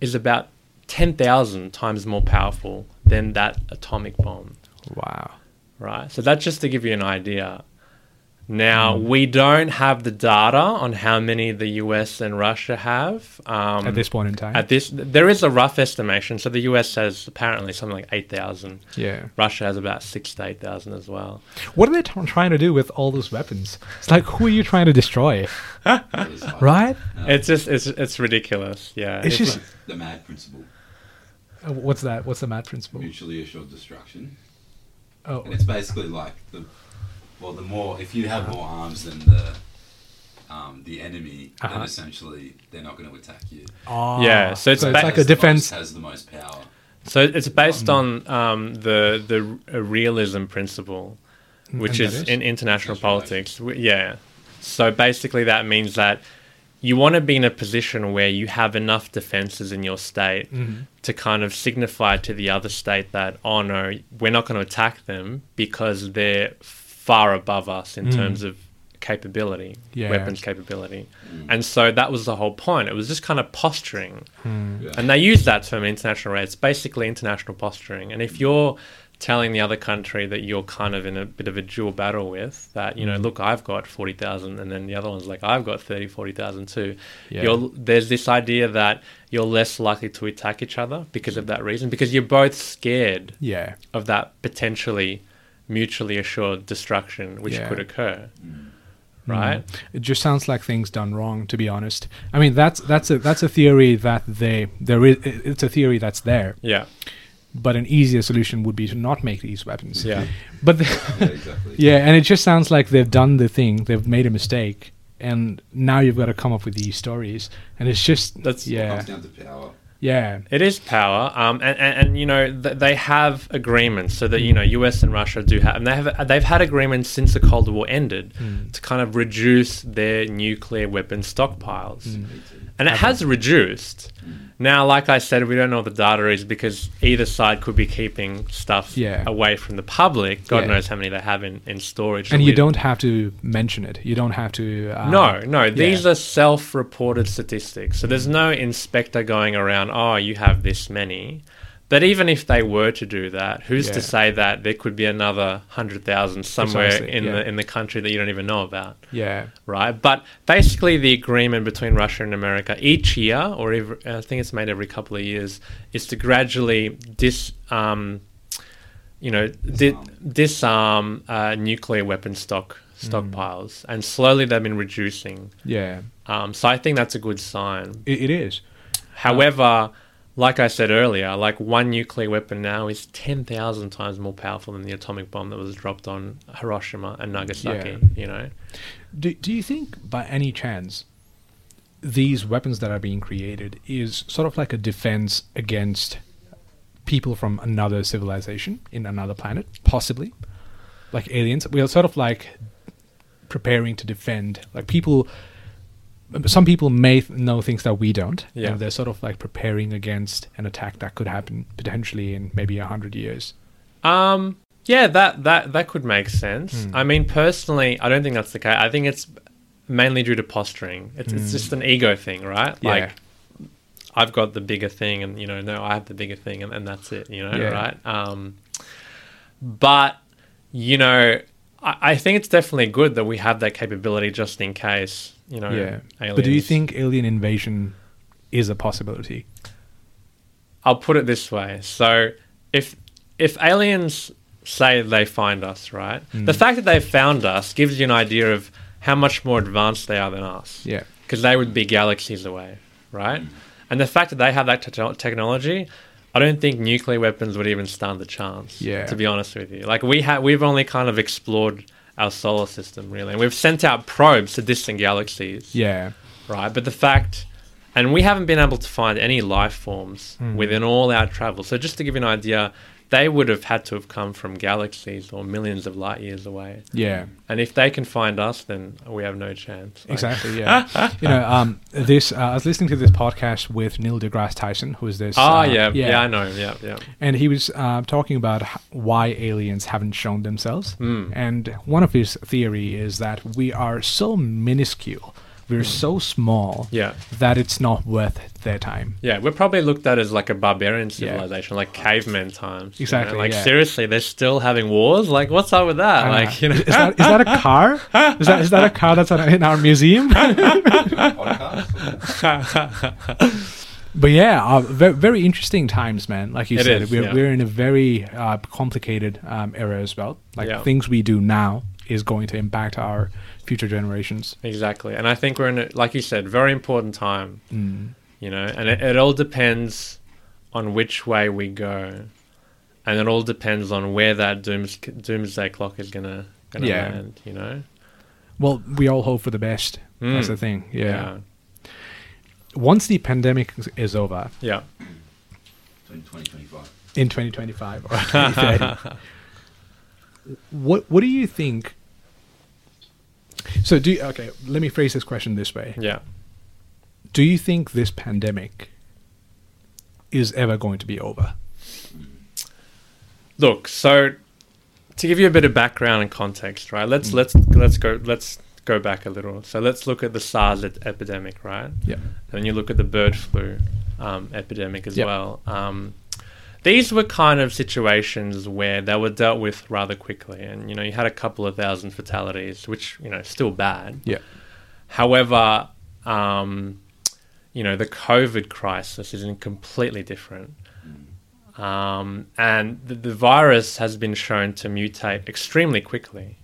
[SPEAKER 3] is about 10,000 times more powerful than that atomic bomb
[SPEAKER 2] Wow.
[SPEAKER 3] right? So that's just to give you an idea. Now
[SPEAKER 2] Hmm.
[SPEAKER 3] we don't have the data on how many the U.S. and Russia have um,
[SPEAKER 2] At this point in time?
[SPEAKER 3] At this, there is a rough estimation. So the U.S. says apparently something like eight thousand.
[SPEAKER 2] yeah.
[SPEAKER 3] Russia has about six to eight thousand as well.
[SPEAKER 2] What are they t- trying to do with all those weapons? It's like, who are you trying to destroy?
[SPEAKER 4] It was like
[SPEAKER 2] Right?
[SPEAKER 3] It's just it's it's ridiculous. Yeah,
[SPEAKER 2] Oh. It's just-
[SPEAKER 4] the mad principle,
[SPEAKER 2] Uh, What's that? What's the mad principle?
[SPEAKER 4] mutually assured destruction.
[SPEAKER 2] Oh,
[SPEAKER 4] And it's basically like the Well, the more if you have more arms than the um, the enemy,
[SPEAKER 2] Uh-huh.
[SPEAKER 4] then essentially they're not going to attack you.
[SPEAKER 2] Ah.
[SPEAKER 3] Yeah, so it's
[SPEAKER 2] it's
[SPEAKER 3] back-
[SPEAKER 2] like a
[SPEAKER 4] Has the
[SPEAKER 2] defense.
[SPEAKER 4] most, has the most power.
[SPEAKER 3] So it's based on um, the the r- realism principle, which
[SPEAKER 2] and
[SPEAKER 3] is,
[SPEAKER 2] that is?
[SPEAKER 3] in international
[SPEAKER 4] International
[SPEAKER 3] politics. W- Yeah. So basically, that means that you want to be in a position where you have enough defenses in your state to kind of signify to the other state that oh no, we're not going to attack them because they're far above us in terms of capability,
[SPEAKER 2] Yeah.
[SPEAKER 3] weapons capability. And so that was the whole point. It was just kind of posturing. And they use that term international rate. It's basically international posturing. And if you're telling the other country that you're kind of in a bit of a dual battle with, that, you know, look, I've got 40,000, and then the other one's like, I've got 30, 40,000 too,
[SPEAKER 1] Yeah.
[SPEAKER 3] you're, there's this idea that you're less likely to attack each other because of that reason, because you're both scared
[SPEAKER 2] Yeah.
[SPEAKER 3] of that potentially mutually assured destruction which
[SPEAKER 2] Yeah.
[SPEAKER 3] could occur. Right?
[SPEAKER 2] It just sounds like things done wrong, to be honest. I mean, that's that's a that's a theory that they there is. It's a theory that's there,
[SPEAKER 3] Yeah.
[SPEAKER 2] but an easier solution would be to not make these weapons.
[SPEAKER 3] Yeah.
[SPEAKER 2] But the,
[SPEAKER 4] Yeah, exactly.
[SPEAKER 2] yeah, and it just sounds like they've done the thing. They've made a mistake, and now you've got to come up with these stories. And it's just
[SPEAKER 3] That's-
[SPEAKER 4] It
[SPEAKER 2] yeah,
[SPEAKER 4] comes down to power.
[SPEAKER 2] yeah,
[SPEAKER 3] It is power, um, and, and and you know th- they have agreements, so that you know U.S. and Russia do have, and they have they've had agreements since the Cold War ended
[SPEAKER 2] Mm.
[SPEAKER 3] to kind of reduce their nuclear weapon stockpiles,
[SPEAKER 2] Mm.
[SPEAKER 3] and it has reduced. Now, like I said, we don't know what the data is because either side could be keeping stuff
[SPEAKER 2] Yeah.
[SPEAKER 3] away from the public. God
[SPEAKER 2] Yeah.
[SPEAKER 3] knows how many they have in, in storage.
[SPEAKER 2] and you
[SPEAKER 3] with-
[SPEAKER 2] don't have to mention it. You don't have to. Um,
[SPEAKER 3] no, no. These
[SPEAKER 2] yeah.
[SPEAKER 3] are self-reported statistics. So there's no inspector going around, "Oh, you have this many." But even if they were to do that, who's
[SPEAKER 2] Yeah.
[SPEAKER 3] to say that there could be another hundred thousand somewhere
[SPEAKER 2] Precisely,
[SPEAKER 3] in
[SPEAKER 2] yeah.
[SPEAKER 3] the in the country that you don't even know about,
[SPEAKER 2] Yeah.
[SPEAKER 3] right? But basically, the agreement between Russia and America each year, or every, I think it's made every couple of years, is to gradually dis. Um, you know, di- disarm uh, nuclear weapon stock stockpiles, and slowly they've been reducing.
[SPEAKER 2] Yeah.
[SPEAKER 3] Um, so I think that's a good sign.
[SPEAKER 2] It, it is.
[SPEAKER 3] However, like I said earlier, like one nuclear weapon now is 10,000 times more powerful than the atomic bomb that was dropped on Hiroshima and Nagasaki,
[SPEAKER 2] Yeah.
[SPEAKER 3] you know?
[SPEAKER 2] Do, do you think, by any chance, these weapons that are being created is sort of like a defense against people from another civilization in another planet, possibly? Like aliens? We are sort of like preparing to defend. Like people, some people may th- know things that we don't.
[SPEAKER 3] Yeah.
[SPEAKER 2] And they're sort of like preparing against an attack that could happen potentially in maybe 100 years.
[SPEAKER 3] Um, yeah, that, that, that could make sense.
[SPEAKER 2] Hmm.
[SPEAKER 3] I mean, personally, I don't think that's the case. I think it's mainly due to posturing. It's,
[SPEAKER 2] Hmm.
[SPEAKER 3] it's just an ego thing, right? Like, I've got the bigger thing, and you know, no, I have the bigger thing, and, and that's it, you know,
[SPEAKER 2] Yeah.
[SPEAKER 3] right? Um, but you know, I, I think it's definitely good that we have that capability just in case, you know.
[SPEAKER 2] yeah. yeah.
[SPEAKER 3] Aliens.
[SPEAKER 2] But do you think alien invasion is a possibility?
[SPEAKER 3] I'll put it this way: so if if aliens say they find us, right,
[SPEAKER 2] Hmm.
[SPEAKER 3] the fact that they found us gives you an idea of how much more advanced they are than us.
[SPEAKER 2] Yeah. Hmm.
[SPEAKER 3] because they would be galaxies away, right? And the fact that they have that te- technology, I don't think nuclear weapons would even stand a chance.
[SPEAKER 2] Yeah.
[SPEAKER 3] to be honest with you, like we have, we've only kind of explored our solar system really, and we've sent out probes to distant galaxies,
[SPEAKER 2] Yeah.
[SPEAKER 3] right? But the fact, and we haven't been able to find any life forms
[SPEAKER 2] Hmm.
[SPEAKER 3] within all our travel. So just to give you an idea, they would have had to have come from galaxies or millions of light years away.
[SPEAKER 2] Yeah.
[SPEAKER 3] And if they can find us, then we have no chance. Like,
[SPEAKER 2] Exactly. Yeah. you know, um, this uh, I was listening to this podcast with Neil deGrasse Tyson, who is this?
[SPEAKER 3] Ah,
[SPEAKER 2] uh,
[SPEAKER 3] yeah, yeah, I know, yeah, yeah.
[SPEAKER 2] And he was uh, talking about h- why aliens haven't shown themselves.
[SPEAKER 3] Hmm.
[SPEAKER 2] And one of his theory is that we are so minuscule, we're so small,
[SPEAKER 3] Hmm. Yeah.
[SPEAKER 2] that it's not worth their time.
[SPEAKER 3] Yeah, we're probably looked at as like a barbarian
[SPEAKER 2] Yeah.
[SPEAKER 3] civilization, like cavemen times. you know?
[SPEAKER 2] Exactly,
[SPEAKER 3] Like
[SPEAKER 2] yeah.
[SPEAKER 3] seriously, they're still having wars. Like, what's up with
[SPEAKER 2] I
[SPEAKER 3] that?
[SPEAKER 2] don't
[SPEAKER 3] Like, you
[SPEAKER 2] know. Uh,
[SPEAKER 3] know,
[SPEAKER 2] is that, is that a car? Is that is that a car that's at- in our museum?
[SPEAKER 4] Podcast?
[SPEAKER 2] But yeah, uh, very, very interesting times, man. Like you
[SPEAKER 3] It
[SPEAKER 2] said,
[SPEAKER 3] is,
[SPEAKER 2] we're,
[SPEAKER 3] yeah.
[SPEAKER 2] we're in a very uh, complicated um, era as well. Like
[SPEAKER 3] Yeah.
[SPEAKER 2] things we do now is going to impact our future generations.
[SPEAKER 3] Exactly. And I think we're in, a, like you said, very important time,
[SPEAKER 2] Mm.
[SPEAKER 3] you know, and it, it all depends on which way we go. And it all depends on where that dooms, doomsday clock is going to gonna
[SPEAKER 2] Yeah.
[SPEAKER 3] land, you know?
[SPEAKER 2] Well, we all hope for the best. That's
[SPEAKER 3] Mm.
[SPEAKER 2] the thing. Yeah. Once the pandemic is- is over
[SPEAKER 3] Yeah. Yeah.
[SPEAKER 4] 2025.
[SPEAKER 2] in 2025 or 2030, what what do you think? So do you, okay. Let me phrase this question this way:
[SPEAKER 3] Yeah.
[SPEAKER 2] Do you think this pandemic is ever going to be over?
[SPEAKER 3] Look, so to give you a bit of background and context, right?
[SPEAKER 2] Mm.
[SPEAKER 3] Let's let's let's go let's go back a little. So let's look at the SARS ep- epidemic, right?
[SPEAKER 2] Yeah.
[SPEAKER 3] And you look at the bird flu um, epidemic as
[SPEAKER 2] Yep.
[SPEAKER 3] well. Um, these were kind of situations where they were dealt with rather quickly, and you know you had a couple of thousand fatalities, which you know still bad.
[SPEAKER 2] Yeah.
[SPEAKER 3] However, um, you know, the COVID crisis is in completely different. Um, and the, the virus has been shown to mutate extremely quickly,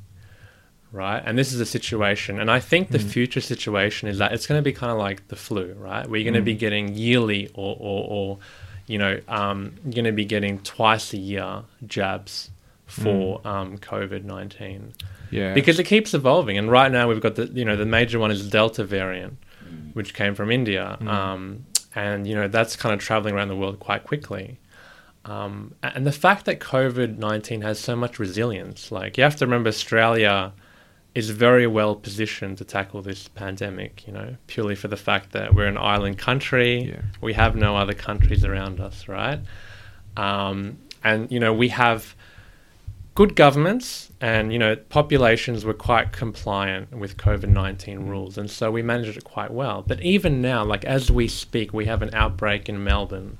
[SPEAKER 3] right? And this is a situation. And I think the future situation is that it's going to be kind of like the flu, right? We're going to be getting yearly or, or, or you know, um, you're going to be getting twice a year jabs for um, COVID 19
[SPEAKER 2] Yeah.
[SPEAKER 3] because it keeps evolving. And right now we've got the you know the major one is the Delta variant, which came from India, um, and you know that's kind of traveling around the world quite quickly. Um, a- and the fact that COVID nineteen has so much resilience, like you have to remember Australia is very well positioned to tackle this pandemic. You know, purely for the fact that we're an island country,
[SPEAKER 2] Yeah.
[SPEAKER 3] we have no other countries around us, right? Um, and you know we have good governments and you know populations were quite compliant with covid-19 rules and so we managed it quite well but even now like as we speak we have an outbreak in melbourne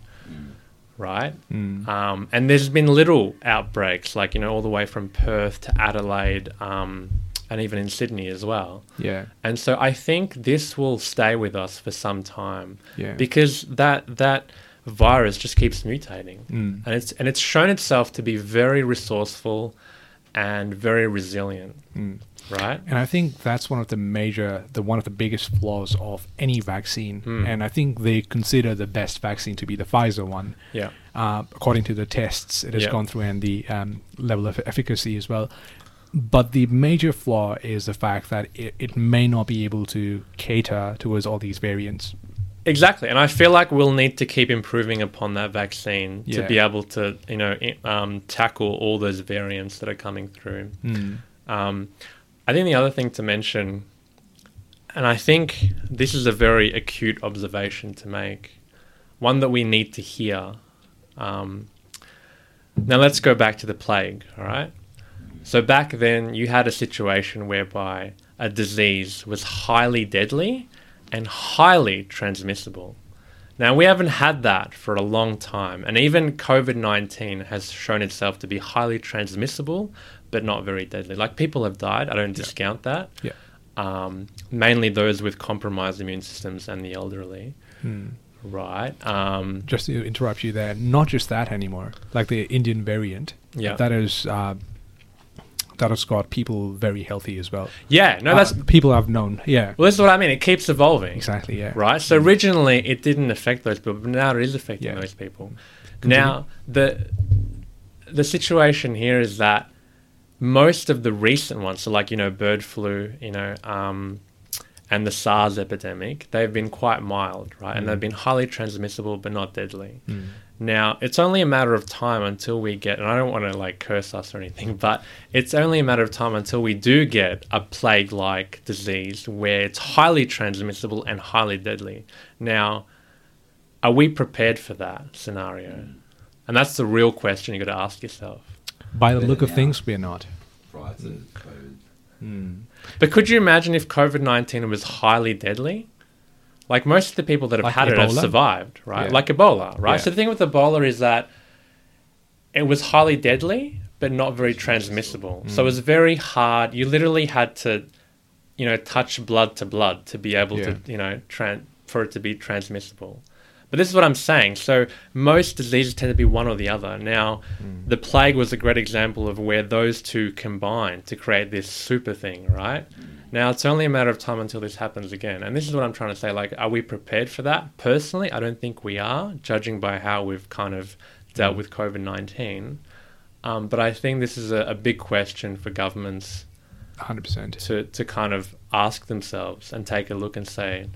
[SPEAKER 3] right um, and there's been little outbreaks like you know all the way from perth to adelaide um, and even in sydney as well
[SPEAKER 2] yeah.
[SPEAKER 3] and so I think this will stay with us for some time
[SPEAKER 2] Yeah.
[SPEAKER 3] because that that virus just keeps mutating,
[SPEAKER 2] Mm.
[SPEAKER 3] and it's and it's shown itself to be very resourceful and very resilient,
[SPEAKER 2] Mm.
[SPEAKER 3] right?
[SPEAKER 2] And I think that's one of the major, the one of the biggest flaws of any vaccine. And I think they consider the best vaccine to be the Pfizer one.
[SPEAKER 3] Yeah.
[SPEAKER 2] Uh, according to the tests it has
[SPEAKER 3] Yeah.
[SPEAKER 2] gone through and the um, level of efficacy as well. But the major flaw is the fact that it, it may not be able to cater towards all these variants.
[SPEAKER 3] Exactly, and I feel like we'll need to keep improving upon that vaccine
[SPEAKER 2] Yeah.
[SPEAKER 3] to be able to, you know, i- um, tackle all those variants that are coming through. Um, I think the other thing to mention, and I think this is a very acute observation to make, one that we need to hear. Um, now let's go back to the plague. All right. So back then, you had a situation whereby a disease was highly deadly and highly transmissible. Now, we haven't had that for a long time, and even COVID 19 has shown itself to be highly transmissible but not very deadly. Like, people have died, I don't discount that.
[SPEAKER 2] Yeah.
[SPEAKER 3] Um, mainly those with compromised immune systems and the elderly.
[SPEAKER 2] Hmm.
[SPEAKER 3] Right. Um,
[SPEAKER 2] Just to interrupt you there, not just that anymore, like the Indian variant.
[SPEAKER 3] Yeah.
[SPEAKER 2] That is. Uh, that has got people very healthy as well.
[SPEAKER 3] yeah, no,
[SPEAKER 2] Uh,
[SPEAKER 3] that's.
[SPEAKER 2] people I've known. Yeah,
[SPEAKER 3] Well, this is what I mean. It keeps evolving.
[SPEAKER 2] exactly. Yeah,
[SPEAKER 3] right? So originally it didn't affect those people, but now it is affecting
[SPEAKER 2] Yeah.
[SPEAKER 3] those people. Now the the situation here is that most of the recent ones, so like you know bird flu, you know, um, and the SARS epidemic, they've been quite mild, right? And they've been highly transmissible but not deadly. Now it's only a matter of time until we get, and I don't want to like curse us or anything, but it's only a matter of time until we do get a plague-like disease where it's highly transmissible and highly deadly. Now, are we prepared for that scenario? And that's the real question you got to ask yourself.
[SPEAKER 2] By the
[SPEAKER 4] Better
[SPEAKER 2] look of
[SPEAKER 4] now.
[SPEAKER 2] things, we're not.
[SPEAKER 4] Prior to COVID.
[SPEAKER 3] But could you imagine if COVID 19 was highly deadly? Like most of the people that have
[SPEAKER 2] Like
[SPEAKER 3] had it have
[SPEAKER 2] Ebola?
[SPEAKER 3] survived, right?
[SPEAKER 2] Yeah.
[SPEAKER 3] Like Ebola, right?
[SPEAKER 2] Yeah.
[SPEAKER 3] So the thing with Ebola is that it was highly deadly, but not very transmissible. So it
[SPEAKER 2] Mm.
[SPEAKER 3] was very hard. You literally had to, you know, touch blood to blood to be able
[SPEAKER 2] Yeah.
[SPEAKER 3] to, you know, tran- for it to be transmissible. But this is what I'm saying. So most diseases tend to be one or the other. Now, the plague was a great example of where those two combined to create this super thing, right? Now it's only a matter of time until this happens again. And this is what I'm trying to say. Like, are we prepared for that? Personally, I don't think we are, judging by how we've kind of dealt with COVID 19. Um, but I think this is a, a big question for governments
[SPEAKER 2] hundred percent.
[SPEAKER 3] to, to kind of ask themselves and take a look and say,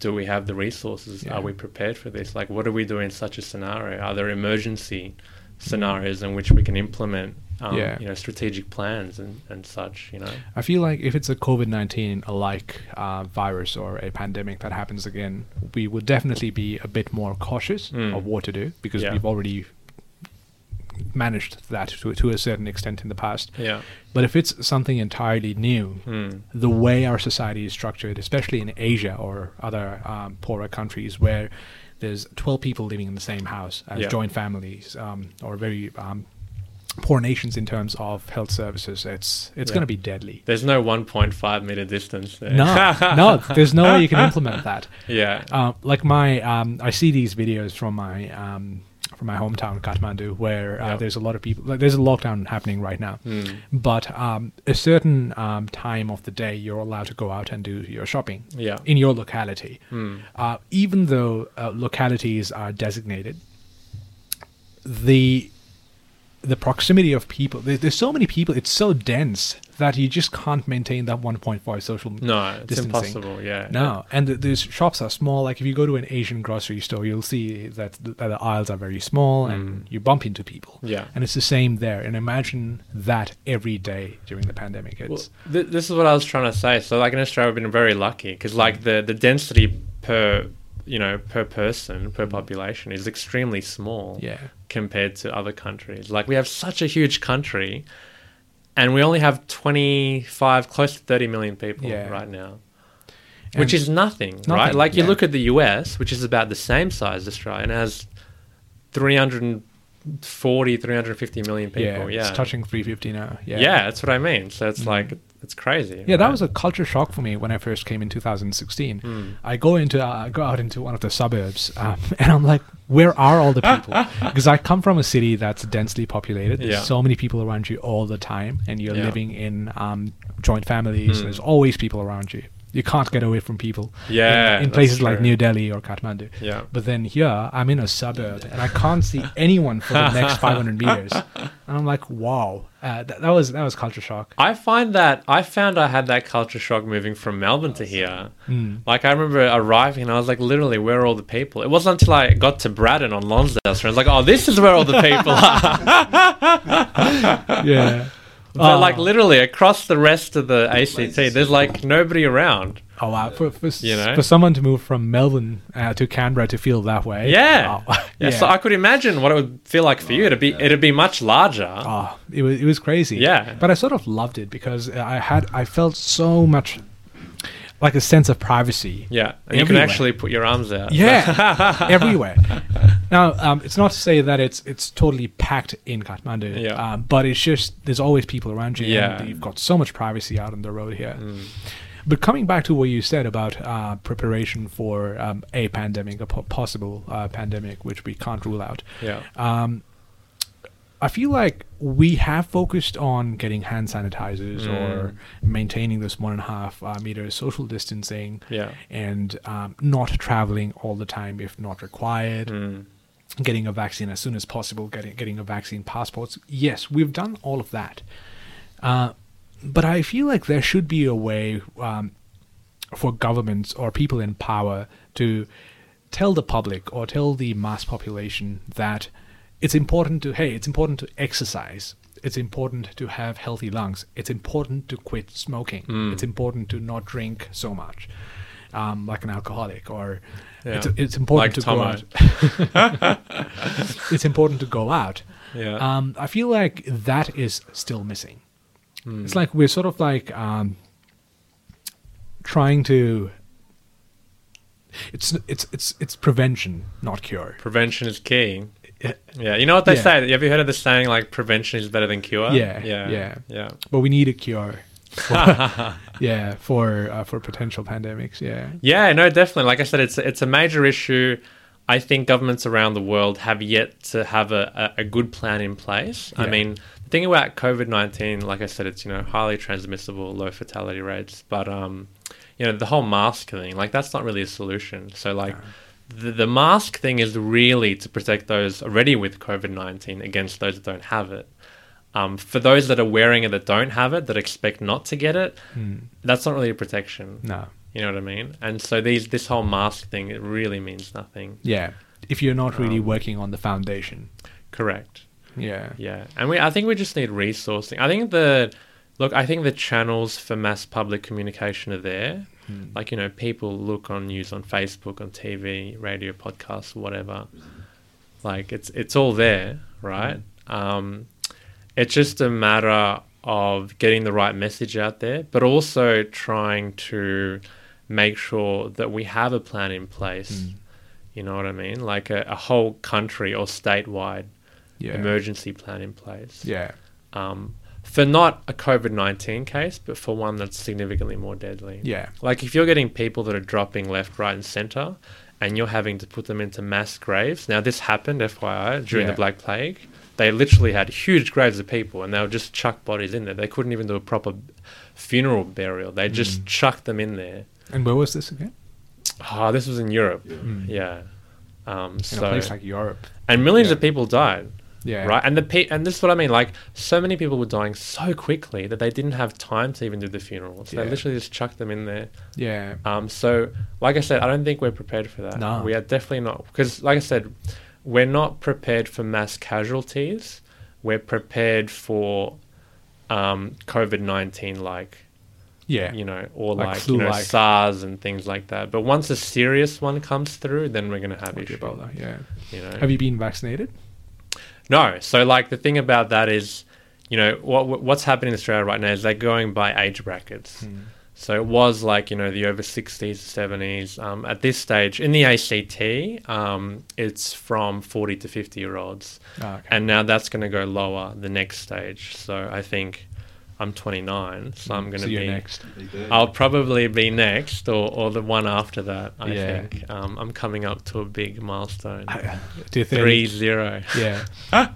[SPEAKER 3] do we have the resources?
[SPEAKER 2] Yeah.
[SPEAKER 3] Are we prepared for this? Like, what do we do in such a scenario? Are there emergency scenarios in which we can implement, um,
[SPEAKER 2] Mm. Yeah.
[SPEAKER 3] you know, strategic plans and, and such, you know?
[SPEAKER 2] I feel like if it's a COVID nineteen alike uh, virus or a pandemic that happens again, we would definitely be a bit more cautious
[SPEAKER 3] Mm.
[SPEAKER 2] of what to do because
[SPEAKER 3] Yeah.
[SPEAKER 2] we've already managed that to, to a certain extent in the past.
[SPEAKER 3] Yeah.
[SPEAKER 2] But if it's something entirely new,
[SPEAKER 3] Hmm.
[SPEAKER 2] the way our society is structured, especially in Asia or other um, poorer countries where there's 12 people living in the same house as
[SPEAKER 3] Yeah.
[SPEAKER 2] joint families um, or very um, poor nations in terms of health services, it's it's
[SPEAKER 3] Yeah.
[SPEAKER 2] going to be deadly.
[SPEAKER 3] There's no 1.5 meter distance there.
[SPEAKER 2] No, no, there's no way you can implement that.
[SPEAKER 3] yeah.
[SPEAKER 2] Uh, like my, um, I see these videos from my um, from my hometown Kathmandu, where uh,
[SPEAKER 3] Yeah. Hmm.
[SPEAKER 2] there's a lot of people. Like, there's a lockdown happening right now, but um, a certain um, time of the day, you're allowed to go out and do your shopping
[SPEAKER 3] Yeah.
[SPEAKER 2] in your locality, uh, even though uh, localities are designated. The the proximity of people there, there's so many people it's so dense that you just can't maintain that 1.5 social
[SPEAKER 3] No, it's
[SPEAKER 2] distancing.
[SPEAKER 3] impossible. Yeah.
[SPEAKER 2] No, and th- these shops are small. Like if you go to an Asian grocery store, you'll see that, th- that the aisles are very small, and
[SPEAKER 3] Mm.
[SPEAKER 2] you bump into people.
[SPEAKER 3] Yeah.
[SPEAKER 2] and it's the same there. And imagine that every day during the pandemic. It's
[SPEAKER 3] Well, th- this is what I was trying to say. So, like in Australia, we've been very lucky because, like, the the density per you know per person per population is extremely small
[SPEAKER 2] Mm. Yeah.
[SPEAKER 3] compared to other countries. Like, we have such a huge country, and we only have twenty five, close to thirty million people
[SPEAKER 2] Yeah.
[SPEAKER 3] right now. Which
[SPEAKER 2] And-
[SPEAKER 3] is nothing, right?
[SPEAKER 2] Nothing,
[SPEAKER 3] Like you
[SPEAKER 2] yeah.
[SPEAKER 3] look at the US, which is about the same size as Australia, and has 340, 350 million people.
[SPEAKER 2] yeah,
[SPEAKER 3] Yeah,
[SPEAKER 2] it's touching 350 now. Yeah, Mm-hmm.
[SPEAKER 3] yeah. that's what I mean. So it's like it's crazy.
[SPEAKER 2] Yeah, that
[SPEAKER 3] right? Hmm.
[SPEAKER 2] was a culture shock for me when I first came in 2016. I go into uh, I go out into one of the suburbs, um, and I'm like, where are all the people? Because I come from a city that's densely populated. There's
[SPEAKER 3] Yeah.
[SPEAKER 2] so many people around you all the time, and you're
[SPEAKER 3] Yeah. Hmm.
[SPEAKER 2] living in um, joint families. There's always people around you. You can't get away from people. in-
[SPEAKER 3] Yeah,
[SPEAKER 2] in,
[SPEAKER 3] that's
[SPEAKER 2] places like
[SPEAKER 3] true.
[SPEAKER 2] New Delhi or Kathmandu.
[SPEAKER 3] Yeah.
[SPEAKER 2] but then here I'm in a suburb, and I can't see anyone for the next 500 meters. And I'm like, wow, uh, th- that was that was culture shock.
[SPEAKER 3] I find that I found I had that culture shock moving from Melbourne to here.
[SPEAKER 2] Mm.
[SPEAKER 3] Like I remember arriving and I was like, literally, where are all the people? It wasn't until I got to Braddon on Lonsdale Street, I was like, oh, this is where all the people are.
[SPEAKER 2] Yeah.
[SPEAKER 3] but
[SPEAKER 2] Oh.
[SPEAKER 3] like literally across the rest of the ACT, there's like nobody around.
[SPEAKER 2] Oh wow! For for, s-
[SPEAKER 3] You know?
[SPEAKER 2] for someone to move from Melbourne uh, to Canberra to feel that way.
[SPEAKER 3] Yeah.
[SPEAKER 2] Oh,
[SPEAKER 3] yeah. So I could imagine what it would feel like for you. It'd be it'd be much larger.
[SPEAKER 2] Oh, it was it was crazy.
[SPEAKER 3] Yeah.
[SPEAKER 2] But I sort of loved it because I had I felt so much like a sense of privacy.
[SPEAKER 3] Yeah. And you can
[SPEAKER 2] Everywhere.
[SPEAKER 3] actually put your arms out.
[SPEAKER 2] Yeah, everywhere. Now, um, it's not to say that it's it's totally packed in Kathmandu,
[SPEAKER 3] Yeah.
[SPEAKER 2] um, but it's just there's always people around you.
[SPEAKER 3] Yeah. Mm.
[SPEAKER 2] and you've got so much privacy out on the road here. But coming back to what you said about uh, preparation for um, a pandemic, a po- possible uh, pandemic, which we can't rule out.
[SPEAKER 3] Yeah.
[SPEAKER 2] I feel like we have focused on getting hand sanitizers or maintaining this one and a half uh, meter social distancing
[SPEAKER 3] Yeah.
[SPEAKER 2] and um, not traveling all the time if not required. Getting a vaccine as soon as possible, getting, getting a vaccine passports. Yes, we've done all of that. Uh, but I feel like there should be a way um, for governments or people in power to tell the public or tell the mass population that it's important to hey it's important to exercise it's important to have healthy lungs it's important to quit smoking
[SPEAKER 3] Mm.
[SPEAKER 2] it's important to not drink so much um, like an alcoholic or it's,
[SPEAKER 3] Yeah.
[SPEAKER 2] it's important to
[SPEAKER 3] Like
[SPEAKER 2] go
[SPEAKER 3] Tomo.
[SPEAKER 2] out it's important to go out
[SPEAKER 3] Yeah.
[SPEAKER 2] um, i feel like that is still missing
[SPEAKER 3] Hmm.
[SPEAKER 2] it's like we're sort of like um, trying to it's it's it's it's prevention not cure
[SPEAKER 3] Prevention is key.
[SPEAKER 2] Yeah.
[SPEAKER 3] Yeah. You know what they
[SPEAKER 2] Yeah.
[SPEAKER 3] say? Have you heard of the saying like prevention is better than cure?
[SPEAKER 2] Yeah,
[SPEAKER 3] Yeah.
[SPEAKER 2] yeah.
[SPEAKER 3] Yeah.
[SPEAKER 2] but we need a cure for, yeah for uh, for potential pandemics yeah
[SPEAKER 3] Yeah, no, definitely. Like I said, it's it's a major issue. I think governments around the world have yet to have a, a, a good plan in place. I
[SPEAKER 2] Yeah.
[SPEAKER 3] mean, the thing about COVID nineteen, like I said, it's you know highly transmissible, low fatality rates, but um, you know the whole mask thing, like that's not really a solution. So like. The, the mask thing is really to protect those already with COVID 19 against those that don't have it. Um, for those that are wearing it that don't have it, that expect not to get it, that's not really a protection.
[SPEAKER 1] No.
[SPEAKER 3] You know what I mean? And so these this whole mask thing, it really means nothing.
[SPEAKER 2] Yeah.
[SPEAKER 1] If you're not
[SPEAKER 3] Um,
[SPEAKER 1] really working on the foundation.
[SPEAKER 3] Correct.
[SPEAKER 2] Yeah.
[SPEAKER 3] Yeah, and we I think we just need resourcing. I think the look, I think the channels for mass public communication are there. Like you know, people look on news on Facebook, on TV, radio, podcasts, whatever. Like it's it's all there, right? Um, it's just a matter of getting the right message out there, but also trying to make sure that we have a plan in place. You know what I mean? Like a, a whole country or statewide
[SPEAKER 1] Yeah.
[SPEAKER 3] emergency plan in place
[SPEAKER 1] yeah.
[SPEAKER 3] um, for not a COVID 19 case, but for one that's significantly more deadly.
[SPEAKER 1] Yeah.
[SPEAKER 3] Like if you're getting people that are dropping left, right, and center, and you're having to put them into mass graves. Now, this happened, FYI, during
[SPEAKER 1] Yeah.
[SPEAKER 3] the Black Plague. They literally had huge graves of people and they would just chuck bodies in there. They couldn't even do a proper funeral burial. They just chucked them in there.
[SPEAKER 1] And where was this again?
[SPEAKER 3] Ah, this was in Europe.
[SPEAKER 4] Yeah.
[SPEAKER 3] Yeah.
[SPEAKER 2] In
[SPEAKER 3] Um, Hmm. so,
[SPEAKER 2] a place like Europe.
[SPEAKER 3] and millions
[SPEAKER 1] yeah.
[SPEAKER 3] of people died.
[SPEAKER 1] Yeah.
[SPEAKER 3] Right. And the pe- and this is what I mean. Like so many people were dying so quickly that they didn't have time to even do the funeral. So
[SPEAKER 1] Yeah.
[SPEAKER 3] they literally just chucked them in there.
[SPEAKER 1] Yeah.
[SPEAKER 3] Um. So like I said, I don't think we're prepared for that.
[SPEAKER 1] No.
[SPEAKER 3] We are definitely not because like I said, we're not prepared for mass casualties. We're prepared for um, COVID nineteen like
[SPEAKER 1] Yeah.
[SPEAKER 3] you know or
[SPEAKER 1] Like
[SPEAKER 3] like, you know
[SPEAKER 1] flu-like.
[SPEAKER 3] SARS and things like that. But once a serious one comes through, then we're gonna have
[SPEAKER 1] Like
[SPEAKER 3] issues.
[SPEAKER 1] Ebola, yeah.
[SPEAKER 3] You know.
[SPEAKER 1] Have you been vaccinated?
[SPEAKER 3] No. So like the thing about that is, you know, what what- what's happening in Australia right now is they're going by age
[SPEAKER 1] Hmm.
[SPEAKER 3] brackets. So it was like you know the over sixties, seventies. Um, at this stage in the ACT, um, it's from forty to fifty year olds,
[SPEAKER 1] Ah, okay.
[SPEAKER 3] and now that's going to go lower the next stage. So I think I'm 29, so I'm going
[SPEAKER 1] Hmm. so
[SPEAKER 3] to be
[SPEAKER 1] you're next.
[SPEAKER 4] They do.
[SPEAKER 3] I'll probably be next or, or the one after that. I
[SPEAKER 1] Yeah.
[SPEAKER 3] think um, I'm coming up to a big milestone.
[SPEAKER 1] Do you think?
[SPEAKER 3] Three zero.
[SPEAKER 1] Yeah.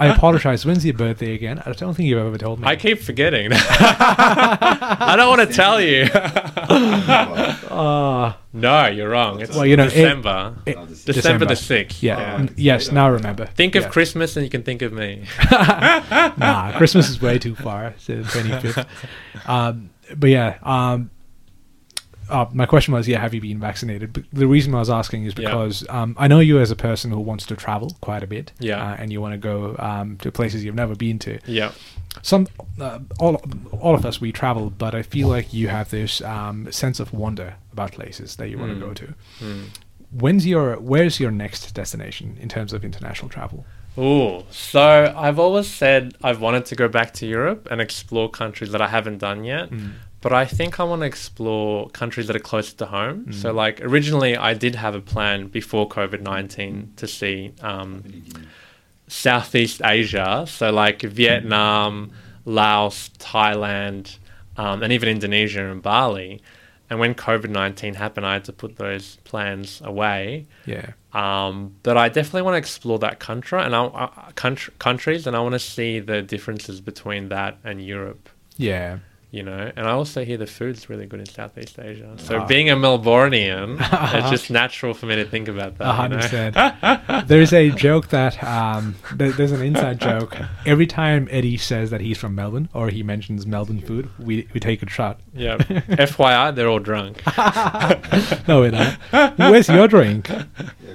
[SPEAKER 1] I apologize. When's your birthday again? I don't think you've ever told me.
[SPEAKER 3] I keep forgetting. I don't want to tell you.
[SPEAKER 4] Well,
[SPEAKER 1] Ah,
[SPEAKER 3] No, you're wrong. It's
[SPEAKER 4] Well,
[SPEAKER 2] you know, it-
[SPEAKER 3] December.
[SPEAKER 4] I'll just-
[SPEAKER 3] December,
[SPEAKER 1] December.
[SPEAKER 3] the 6th.
[SPEAKER 1] yeah.
[SPEAKER 4] Yeah.
[SPEAKER 2] Mm, Yes, now I remember.
[SPEAKER 3] Think of
[SPEAKER 1] Yeah.
[SPEAKER 3] Christmas and you can think of me.
[SPEAKER 2] nah,
[SPEAKER 1] Christmas is way too far.
[SPEAKER 2] the 25th. um, but yeah, um, uh, my question was, yeah, have you been vaccinated? But the reason I was asking is
[SPEAKER 3] Yeah.
[SPEAKER 2] because um, I know you as a person who wants to travel quite a bit,
[SPEAKER 3] Yeah.
[SPEAKER 2] uh, and you want to go um, to places you've never been to.
[SPEAKER 3] Yeah.
[SPEAKER 2] Some, uh, all, all of us, we travel, but I feel like you have this um, sense of wonder about places that you want to go to. When's your, where's your next destination in terms of international travel?
[SPEAKER 3] Ooh. So I've always said I've wanted to go back to Europe and explore countries that I haven't done yet.
[SPEAKER 2] Mm.
[SPEAKER 3] But I think I want to explore countries that are closer to home. So,
[SPEAKER 2] Mm.
[SPEAKER 3] like, originally I did have a plan before COVID 19 to see um, Southeast Asia, so like Vietnam, Laos, Thailand, um, and even Indonesia and Bali. And when COVID 19 happened, I had to put those plans away.
[SPEAKER 1] Yeah.
[SPEAKER 3] Um, but I definitely want to explore that country and I, uh, country, countries, and I want to see the differences between that and Europe.
[SPEAKER 1] Yeah.
[SPEAKER 3] You know, and I also hear the food's really good in Southeast Asia. So
[SPEAKER 1] Ah.
[SPEAKER 3] being a Melbourneian, it's just natural for me to think about that.
[SPEAKER 2] A
[SPEAKER 3] you know?
[SPEAKER 2] hundred percent. There's a joke that um, there, there's an inside joke. Every time Eddie says that he's from Melbourne or he mentions Melbourne food, we, we take a shot.
[SPEAKER 3] Yeah. FYI, they're all drunk.
[SPEAKER 2] No, we're not. Where's your drink?
[SPEAKER 4] yeah,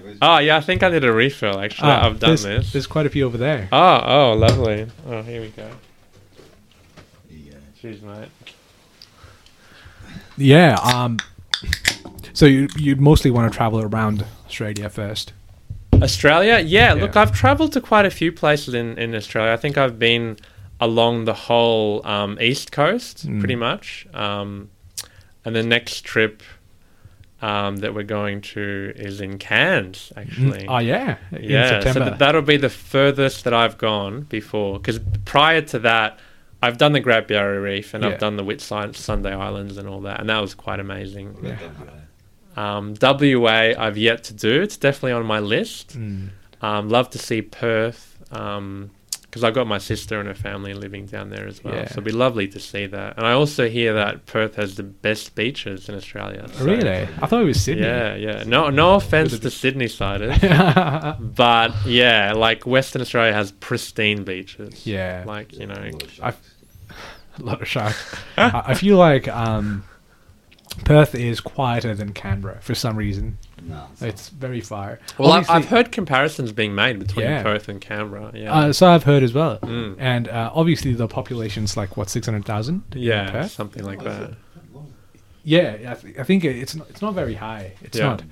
[SPEAKER 4] where's-
[SPEAKER 3] Oh yeah, I think I did a refill actually.
[SPEAKER 2] Ah,
[SPEAKER 3] I've done
[SPEAKER 2] there's,
[SPEAKER 3] this.
[SPEAKER 2] There's quite a few over there.
[SPEAKER 3] Oh, oh, lovely. Oh, here we go.
[SPEAKER 4] there you go.
[SPEAKER 3] Cheers, mate.
[SPEAKER 2] Yeah. Um. So you you mostly want to travel around Australia first.
[SPEAKER 3] Australia? Yeah, look,
[SPEAKER 2] Yeah.
[SPEAKER 3] I've traveled to quite a few places in, in Australia. I think I've been along the whole um, east coast pretty much. Um, and the next trip um, that we're going to is in Cairns, actually.
[SPEAKER 2] Oh yeah. In
[SPEAKER 3] Mm. yeah, so
[SPEAKER 2] September.
[SPEAKER 3] th- that'll be the furthest that I've gone before. Because prior to that, I've done the Great Barrier Reef and
[SPEAKER 2] Yeah.
[SPEAKER 3] I've done the Whitsun- Sunday Islands and all that, and that was quite amazing.
[SPEAKER 4] What about
[SPEAKER 2] Yeah.
[SPEAKER 4] WA?
[SPEAKER 3] Um, WA, I've yet to do. It's definitely on my list.
[SPEAKER 2] Mm.
[SPEAKER 3] Um, love to see Perth, um, because I've got my sister and her family living down there as well.
[SPEAKER 2] Yeah.
[SPEAKER 3] So it'd be lovely to see that. And I also hear that Perth has the best beaches in Australia. so-
[SPEAKER 2] Really? I thought it was Sydney.
[SPEAKER 3] Yeah, yeah. No, no offense to Sydney siders, but yeah, like Western Australia has pristine beaches.
[SPEAKER 2] Yeah.
[SPEAKER 3] like you know,
[SPEAKER 2] I've- a lot of sharks. I, I feel like um, Perth is quieter than Canberra for some reason.
[SPEAKER 4] Nah, it's
[SPEAKER 2] It's very far.
[SPEAKER 3] Well, I've,
[SPEAKER 2] Obviously-
[SPEAKER 3] I've heard comparisons being made between
[SPEAKER 2] Yeah.
[SPEAKER 3] Perth and Canberra. Yeah,
[SPEAKER 2] Uh, so I've heard as well,
[SPEAKER 3] Mm.
[SPEAKER 2] and uh, obviously the population's like what six hundred thousand.
[SPEAKER 3] yeah,
[SPEAKER 2] Perth?
[SPEAKER 3] something like
[SPEAKER 4] Well,
[SPEAKER 3] that.
[SPEAKER 4] it's a- well,
[SPEAKER 2] Yeah, I, th- I think it's not, it's not very high. It's
[SPEAKER 3] Yeah.
[SPEAKER 2] not.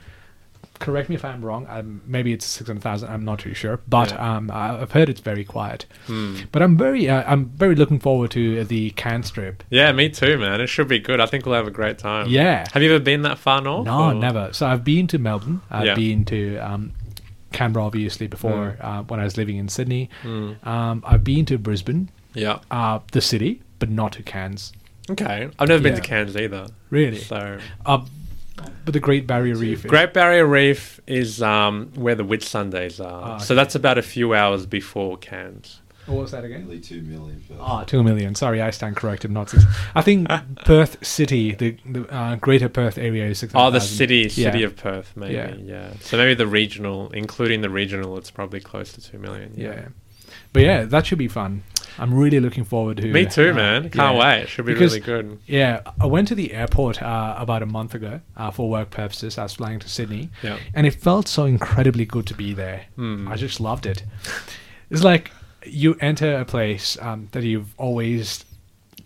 [SPEAKER 2] Correct me if I'm wrong. Um, maybe it's six hundred thousand. I'm not too sure, but
[SPEAKER 3] Yeah. Hmm.
[SPEAKER 2] um, I- I've heard it's very quiet. But I'm very uh, I'm very looking forward to the can strip.
[SPEAKER 3] Yeah, me too, man. It should be good. I think we'll have a great time.
[SPEAKER 2] Yeah.
[SPEAKER 3] Have you ever been that far north?
[SPEAKER 2] No,
[SPEAKER 3] or-
[SPEAKER 2] never. So I've been to Melbourne. I've
[SPEAKER 3] Yeah. Hmm.
[SPEAKER 2] been to um, Canberra, obviously, before uh, when I was living in Sydney. Um, I've been to Brisbane,
[SPEAKER 3] Yeah.
[SPEAKER 2] uh, the city, but not to Cairns,
[SPEAKER 3] Okay. I've never been to
[SPEAKER 2] Yeah.
[SPEAKER 3] Cairns either.
[SPEAKER 2] really.
[SPEAKER 3] So
[SPEAKER 2] Uh, but the Great Barrier Reef. is-
[SPEAKER 3] Great Barrier Reef is um, where the Whit Sundays are.
[SPEAKER 2] Ah,
[SPEAKER 3] So
[SPEAKER 2] okay.
[SPEAKER 3] that's about a few hours before Cairns.
[SPEAKER 2] What was that again?
[SPEAKER 4] nearly two million. But
[SPEAKER 2] Ah, two million. Sorry, I stand corrected. Not six. I think Perth City, the, the uh, Greater Perth area, is six.
[SPEAKER 3] Oh, the city, city
[SPEAKER 2] yeah.
[SPEAKER 3] of Perth, maybe.
[SPEAKER 2] Yeah.
[SPEAKER 3] Yeah. So maybe the regional, including the regional, it's probably close to two million.
[SPEAKER 2] Yeah. but yeah, that should be fun. I'm really looking forward to.
[SPEAKER 3] Me too,
[SPEAKER 2] uh,
[SPEAKER 3] man. Can't
[SPEAKER 2] yeah.
[SPEAKER 3] wait. It should be
[SPEAKER 2] Because-
[SPEAKER 3] really good.
[SPEAKER 2] Yeah, I went to the airport uh, about a month ago uh, for work purposes. I was flying to Sydney,
[SPEAKER 3] Yeah. Hmm.
[SPEAKER 2] and it felt so incredibly good to be there. I just loved it. It's like you enter a place um, that you've always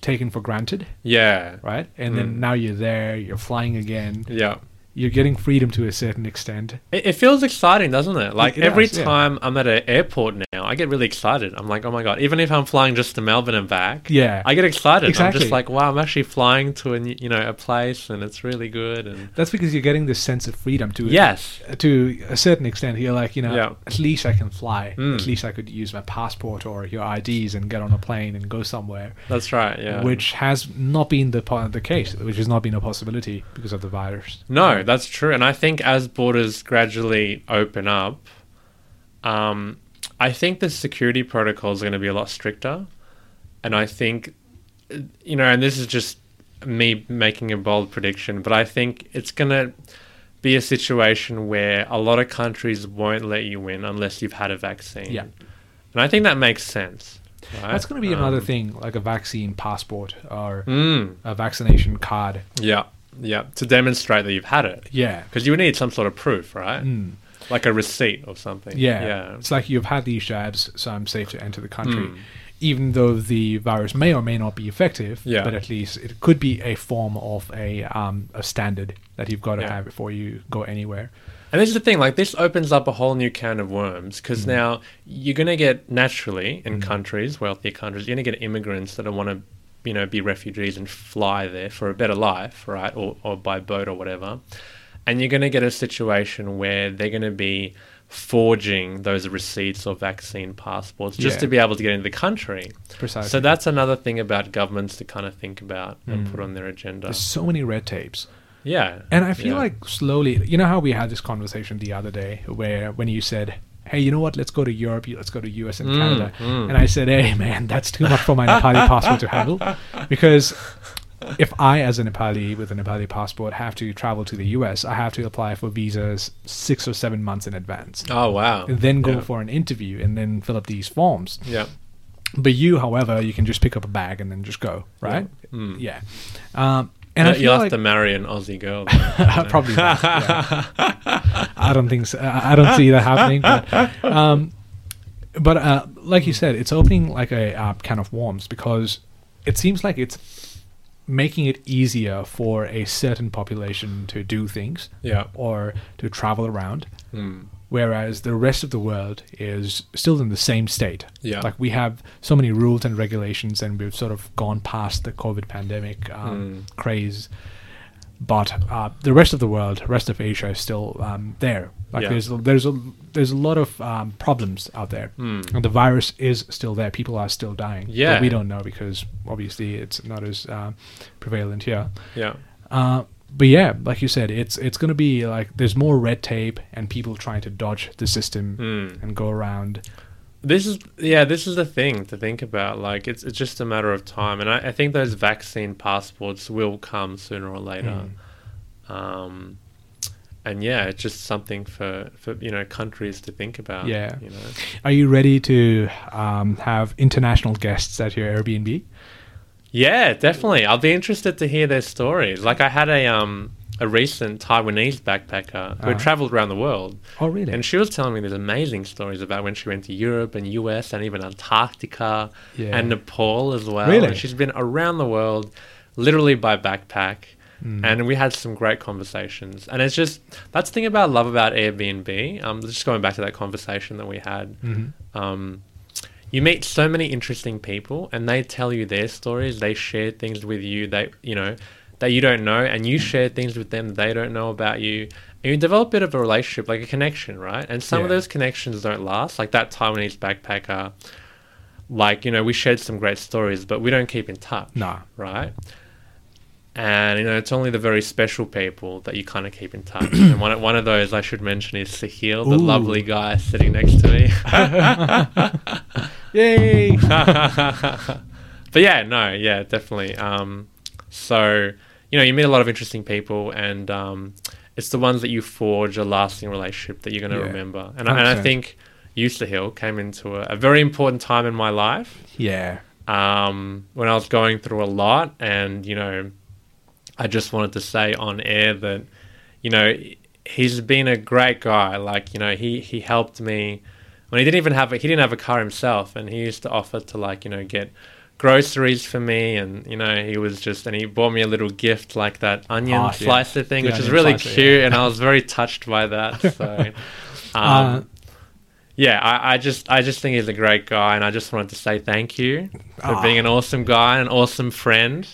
[SPEAKER 2] taken for granted,
[SPEAKER 3] Yeah.
[SPEAKER 2] right? And
[SPEAKER 3] Hmm.
[SPEAKER 2] then now you're there, you're flying again,
[SPEAKER 3] Yeah.
[SPEAKER 2] you're getting freedom to a certain extent.
[SPEAKER 3] It, it feels exciting, doesn't it? Like
[SPEAKER 2] it
[SPEAKER 3] every
[SPEAKER 2] does, yeah.
[SPEAKER 3] time I'm at an airport now, I get really excited. I'm like, oh my god! Even if I'm flying just to Melbourne and back,
[SPEAKER 2] Yeah.
[SPEAKER 3] I get excited. I'm
[SPEAKER 2] Exactly.
[SPEAKER 3] just like, wow, I'm actually flying to a new- you know a place, and it's really good. And
[SPEAKER 2] That's because you're getting this sense of freedom to
[SPEAKER 3] yes,
[SPEAKER 2] to a certain extent, you're like, you know,
[SPEAKER 3] Yeah.
[SPEAKER 2] at least I can fly.
[SPEAKER 3] Mm.
[SPEAKER 2] At least I could use my passport or your IDs and get on a plane and go somewhere,
[SPEAKER 3] that's right. Yeah.
[SPEAKER 2] which has not been the po- the case, which has not been a possibility because of the virus.
[SPEAKER 3] No, that's true. And I think as borders gradually open up, um, I think the security protocols are going to be a lot stricter. And I think, uh, you know, and this is just me making a bold prediction, but I think it's going to be a situation where a lot of countries won't let you in unless you've had a vaccine.
[SPEAKER 2] Yeah.
[SPEAKER 3] And I think that makes sense. right?
[SPEAKER 2] That's going to be
[SPEAKER 3] Um,
[SPEAKER 2] another thing, like a vaccine passport or
[SPEAKER 3] Mm,
[SPEAKER 2] a vaccination card.
[SPEAKER 3] yeah. Yeah. To demonstrate that you've had it.
[SPEAKER 2] Yeah.
[SPEAKER 3] Because you would need some sort of proof, right?
[SPEAKER 2] Mm.
[SPEAKER 3] Like a receipt or something.
[SPEAKER 2] Yeah.
[SPEAKER 3] Yeah.
[SPEAKER 2] It's like you've had these jabs, so I'm safe to enter the country.
[SPEAKER 3] Mm.
[SPEAKER 2] Even though the virus may or may not be effective,
[SPEAKER 3] Yeah.
[SPEAKER 2] but at least it could be a form of a um, a standard that you've got to
[SPEAKER 3] Yeah.
[SPEAKER 2] have before you go anywhere.
[SPEAKER 3] And this is the thing, like this opens up a whole new can of worms
[SPEAKER 2] Mm-hmm.
[SPEAKER 3] because now you're going to get naturally in countries, wealthier countries, you're going to get immigrants that want to, you know, be refugees and fly there for a better life, right? Or, or by boat or whatever. And you're going to get a situation where they're going to be forging those receipts or vaccine passports just
[SPEAKER 2] Yeah.
[SPEAKER 3] to be able to get into the country.
[SPEAKER 2] Precisely.
[SPEAKER 3] So that's another thing about governments to kind of think about and put on their agenda.
[SPEAKER 2] There's so many red tapes.
[SPEAKER 3] yeah.
[SPEAKER 2] Mm. And I feel
[SPEAKER 3] Yeah.
[SPEAKER 2] like slowly, you know how we had this conversation the other day where when you said, hey, you know what, let's go to Europe, let's go to US
[SPEAKER 3] Mm,
[SPEAKER 2] and Canada. And I said, hey, man, that's too much for my Nepali passport to handle. Because if I, as a Nepali with a Nepali passport, have to travel to the US, I have to apply for visas six or seven months in advance.
[SPEAKER 3] Oh, wow.
[SPEAKER 2] And then go
[SPEAKER 3] Yeah.
[SPEAKER 2] for an interview and then fill up these forms.
[SPEAKER 3] Yeah.
[SPEAKER 2] But you, however, you can just pick up a bag and then just go, right? Yeah. Um, and
[SPEAKER 3] And
[SPEAKER 2] I
[SPEAKER 3] you'll
[SPEAKER 2] feel
[SPEAKER 3] Mm. have
[SPEAKER 2] like,
[SPEAKER 3] to marry an Aussie girl. then.
[SPEAKER 2] probably not. yeah. I don't think so. I I don't see that happening. But, um, but uh, like you said, it's opening like a uh, can of worms because it seems like it's making it easier for a certain population to do things
[SPEAKER 3] yeah.
[SPEAKER 2] or to travel around,
[SPEAKER 3] Mm.
[SPEAKER 2] whereas the rest of the world is still in the same state.
[SPEAKER 3] Yeah.
[SPEAKER 2] Like we have so many rules and regulations, and we've sort of gone past the COVID pandemic
[SPEAKER 3] Hmm.
[SPEAKER 2] um, craze. But uh, the rest of the world, rest of Asia, is still um, there. Like
[SPEAKER 3] Yeah.
[SPEAKER 2] there's there's a there's a lot of um, problems out there, and the virus is still there. People are still dying. but
[SPEAKER 3] Hmm. Yeah.
[SPEAKER 2] we don't know because obviously it's not as uh, prevalent here.
[SPEAKER 3] Yeah.
[SPEAKER 2] Uh, but yeah, like you said, it's it's going to be
[SPEAKER 3] Hmm.
[SPEAKER 2] like there's more red tape and people trying to dodge the system and go around.
[SPEAKER 3] This is yeah, this is the thing to think about. Like it's it's just a matter of time, and I, I think those vaccine passports will come sooner or later.
[SPEAKER 2] Hmm.
[SPEAKER 3] Um, and yeah, it's just something for, for you know countries to think about.
[SPEAKER 2] Yeah.
[SPEAKER 3] you know,
[SPEAKER 2] Are you ready to um, have international guests at your Airbnb?
[SPEAKER 3] yeah, definitely. I'll be interested to hear their stories. Like I had a um a recent Taiwanese backpacker who
[SPEAKER 2] Uh-huh.
[SPEAKER 3] had traveled around the world,
[SPEAKER 2] Oh, really?
[SPEAKER 3] And she was telling me these amazing stories about when she went to Europe and US and even Antarctica
[SPEAKER 2] Yeah.
[SPEAKER 3] and Nepal as well.
[SPEAKER 2] Really?
[SPEAKER 3] And she's been around the world literally by backpack.
[SPEAKER 2] Hmm.
[SPEAKER 3] And we had some great conversations. And it's just that's the thing about love about Airbnb. Um, just going back to that conversation that we had.
[SPEAKER 2] Mm-hmm.
[SPEAKER 3] Um, you meet so many interesting people and they tell you their stories they share things with you they you know that you don't know and you share things with them they don't know about you and you develop a bit of a relationship like a connection right and some of
[SPEAKER 2] Yeah.
[SPEAKER 3] those connections don't last like that taiwanese backpacker like you know we shared some great stories but we don't keep in touch
[SPEAKER 2] Nah.
[SPEAKER 3] right and you know it's only the very special people that you kind of keep in touch and one, one of those i should mention is sahil the
[SPEAKER 2] Ooh.
[SPEAKER 3] lovely guy sitting next to me
[SPEAKER 2] Yay!
[SPEAKER 3] but yeah, no, yeah, definitely. Um, so you know, you meet a lot of interesting people, and um, it's the ones that you forge a lasting relationship that you're going to
[SPEAKER 2] Yeah,
[SPEAKER 3] remember. And I, and I
[SPEAKER 2] 100%.
[SPEAKER 3] think Eustace Hill came into a, a very important time in my life
[SPEAKER 2] yeah.
[SPEAKER 3] um, when I was going through a lot, and you know, I just wanted to say on air that you know he's been a great guy. Like you know, he he helped me when he didn't even have a, he didn't have a car himself, and he used to offer to like you know get groceries for me, and you know he was just and he bought me a little gift like that onion
[SPEAKER 2] Ah, yeah.
[SPEAKER 3] slicer thing,
[SPEAKER 2] The
[SPEAKER 3] which is
[SPEAKER 2] onion
[SPEAKER 3] really
[SPEAKER 2] slicer, yeah.
[SPEAKER 3] cute, and I was very touched by that. So. Um,
[SPEAKER 2] Uh,
[SPEAKER 3] yeah, I, I just I just think he's a great guy, and I just wanted to say thank you for
[SPEAKER 2] Ah.
[SPEAKER 3] being an awesome guy, an awesome friend,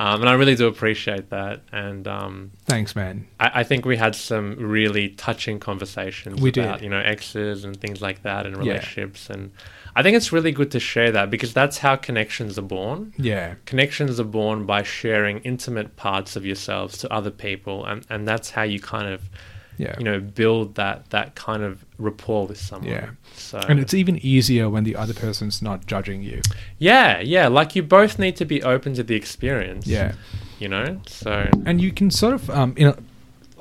[SPEAKER 3] um, and I really do appreciate that. And um,
[SPEAKER 2] Thanks, man.
[SPEAKER 3] I, I think we had some really touching conversations
[SPEAKER 2] We
[SPEAKER 3] about
[SPEAKER 2] did.
[SPEAKER 3] you know exes and things like that, and
[SPEAKER 2] Yeah.
[SPEAKER 3] relationships. And I think it's really good to share that because that's how connections are born.
[SPEAKER 2] Yeah.
[SPEAKER 3] Connections are born by sharing intimate parts of yourselves to other people, and, and that's how you kind of
[SPEAKER 2] Yeah.
[SPEAKER 3] you know build that that kind of rapport with someone.
[SPEAKER 2] Yeah.
[SPEAKER 3] So
[SPEAKER 2] and it's even easier when the other person's not judging you.
[SPEAKER 3] yeah, yeah, like you both need to be open to the experience.
[SPEAKER 2] Yeah.
[SPEAKER 3] You know? So
[SPEAKER 2] and you can sort of um, you know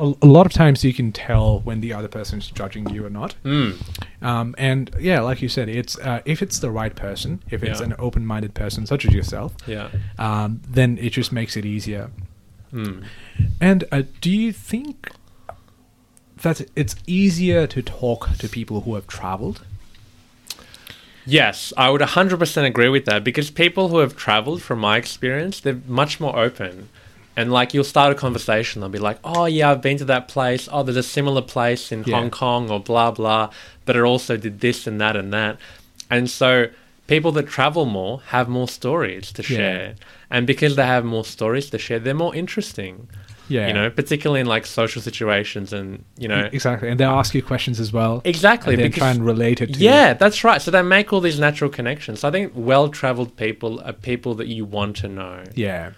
[SPEAKER 2] a, a lot of times you can tell when the other person's judging you or not
[SPEAKER 3] mm,
[SPEAKER 2] um, and yeah like you said it's uh, if it's the right person if it's
[SPEAKER 3] Yeah.
[SPEAKER 2] an open-minded person such as yourself
[SPEAKER 3] yeah.
[SPEAKER 2] um, then it just makes it easier
[SPEAKER 3] Mm.
[SPEAKER 2] and uh, do you think that it's easier to talk to people who have traveled
[SPEAKER 3] Yes, I would 100% agree with that because people who have traveled, from my experience, they're much more open. And like you'll start a conversation, they'll be like, oh, yeah, I've been to that place. Oh, there's a similar place in
[SPEAKER 2] Yeah.
[SPEAKER 3] Hong Kong or blah, blah. But it also did this and that and that. And so people that travel more have more stories to
[SPEAKER 2] Yeah.
[SPEAKER 3] share. And because they have more stories to share, they're more interesting.
[SPEAKER 2] yeah E,
[SPEAKER 3] you know, particularly in like social situations and you know
[SPEAKER 2] exactly and they'll ask you questions as well
[SPEAKER 3] exactly
[SPEAKER 2] and then
[SPEAKER 3] because-
[SPEAKER 2] try and relate it to
[SPEAKER 3] yeah, that's right. So they make all these natural connections. So I think well-traveled people are people that you want to know.
[SPEAKER 2] Yeah.